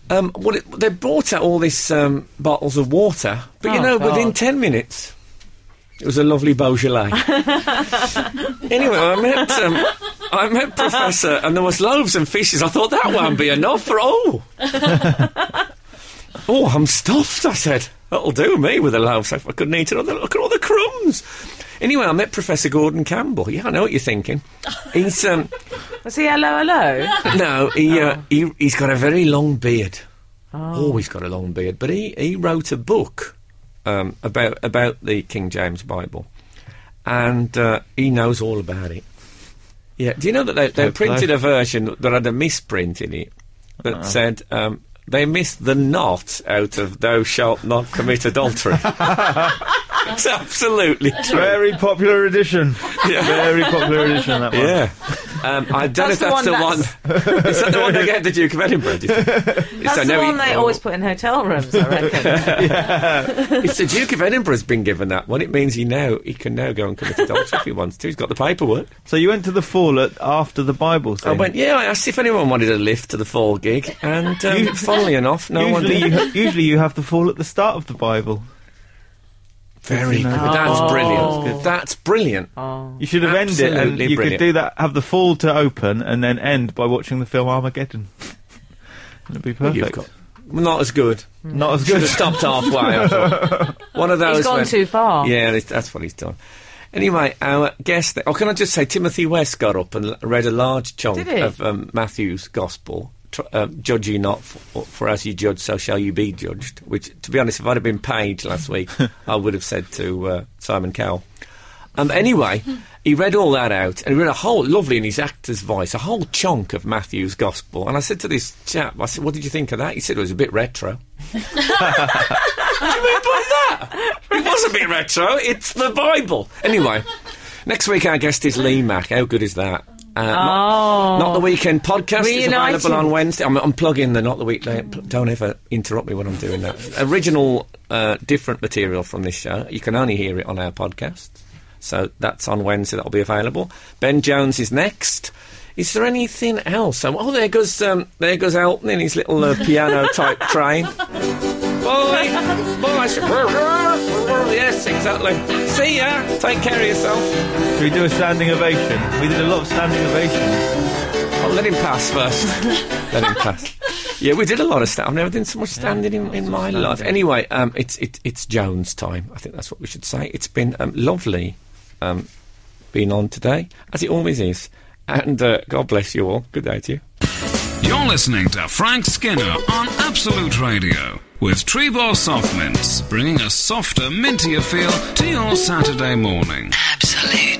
Speaker 3: um, what it, they brought out all these um, bottles of water, but you
Speaker 4: Oh,
Speaker 3: know,
Speaker 4: God.
Speaker 3: within ten minutes, it was a lovely
Speaker 4: [LAUGHS]
Speaker 3: Beaujolais. anyway, I met um, I met Professor, and there was loaves and fishes. I thought that won't be enough for
Speaker 4: [LAUGHS]
Speaker 3: all. oh, I'm stuffed. I said that'll do me with a loaf. I couldn't eat another. Look at all the crumbs. Anyway, I met Professor Gordon Campbell. Yeah, I know what you're thinking. He's um,
Speaker 4: Was he hello, hello?
Speaker 3: [LAUGHS] no, he, uh, he he's got a very long beard. Always got a long beard, but he, he wrote a book um, about about the King James Bible, and uh, he knows all about it. Yeah, do you know that they, they
Speaker 5: Don't play.
Speaker 3: printed a version that had a misprint in it that said um, they missed the "not" out of "Thou shalt not commit adultery." it's absolutely true.
Speaker 5: Very popular
Speaker 3: [LAUGHS]
Speaker 5: edition. Very popular edition, that one.
Speaker 3: Yeah. Um, I don't
Speaker 4: That's
Speaker 3: know if
Speaker 4: the
Speaker 3: that's the
Speaker 4: one
Speaker 3: one. Is that the one they get the Duke of Edinburgh? do you think?
Speaker 4: That's
Speaker 3: So
Speaker 4: the
Speaker 3: now he- oh.
Speaker 4: one they always put in hotel rooms, I reckon.
Speaker 3: If the Duke of Edinburgh's been given that one, it means he now he can now go and commit adultery if he wants to. He's got the paperwork.
Speaker 5: So you went to the fall at, after the Bible thing.
Speaker 3: I went, yeah. I asked if anyone wanted a lift to the fall gig, and um, funnily enough, no one
Speaker 5: usually,
Speaker 3: did.
Speaker 5: you ha- usually you have the fall at the start of the Bible.
Speaker 3: Very good. That's brilliant. That's brilliant.
Speaker 5: You should have ended,
Speaker 3: Absolutely
Speaker 5: and you
Speaker 3: brilliant.
Speaker 5: could do that. Have the fall to open, and then end by watching the film Armageddon. [LAUGHS] It'd be perfect.
Speaker 3: You've got not as good.
Speaker 5: Not as
Speaker 3: Should
Speaker 5: good.
Speaker 3: have stopped halfway. I thought. One of those.
Speaker 4: He's gone
Speaker 3: when-
Speaker 4: too far.
Speaker 3: Yeah, that's- that's what he's done. Anyway, our guest. Th- oh, can I just say, Timothy West got up and l- read a large chunk
Speaker 4: Did he?
Speaker 3: of um, Matthew's Gospel. Tr- uh, judge you not, for, for as you judge, so shall you be judged. Which, to be honest, if I'd have been paid last
Speaker 4: [LAUGHS]
Speaker 3: week, I would have said to uh, Simon Cowell. Um, anyway, he read all that out and he read a whole, lovely in his actor's voice, a whole chunk of Matthew's Gospel. And I said to this chap, I said, What did you think of that? He said it was a bit retro. [LAUGHS] It was a bit retro. It's the Bible. Anyway, next week our guest is Lee Mack. How good is that? Uh, not,
Speaker 4: Oh.
Speaker 3: Not the weekend podcast is
Speaker 4: Reunited.
Speaker 3: available on Wednesday. I'm, I'm plugging the not the weekday. pl- Don't ever interrupt me when I'm doing that. Original, uh, different material from this show. You can only hear it on our podcast. So that's on Wednesday. That'll be available. Ben Jones is next. Is there anything else? Um, Oh, there goes um, there goes Elton in his little uh, piano type train. Bye. Bye. [LAUGHS] yes, exactly. See ya. Take care of yourself.
Speaker 5: Should we do a standing ovation? We did a lot of standing ovations.
Speaker 3: I'll let him pass first. let him pass. Yeah, we did a lot of stuff. I've never done so much standing in, in my life. Anyway, um, it's it, it's Jones time. I think that's what we should say. It's been um, lovely um, being on today, as it always is. And uh, God bless you all. Good day to you.
Speaker 1: You're listening to Frank Skinner on Absolute Radio with Trebor Soft Mints, bringing a softer, mintier feel to your Saturday morning.
Speaker 2: Absolute.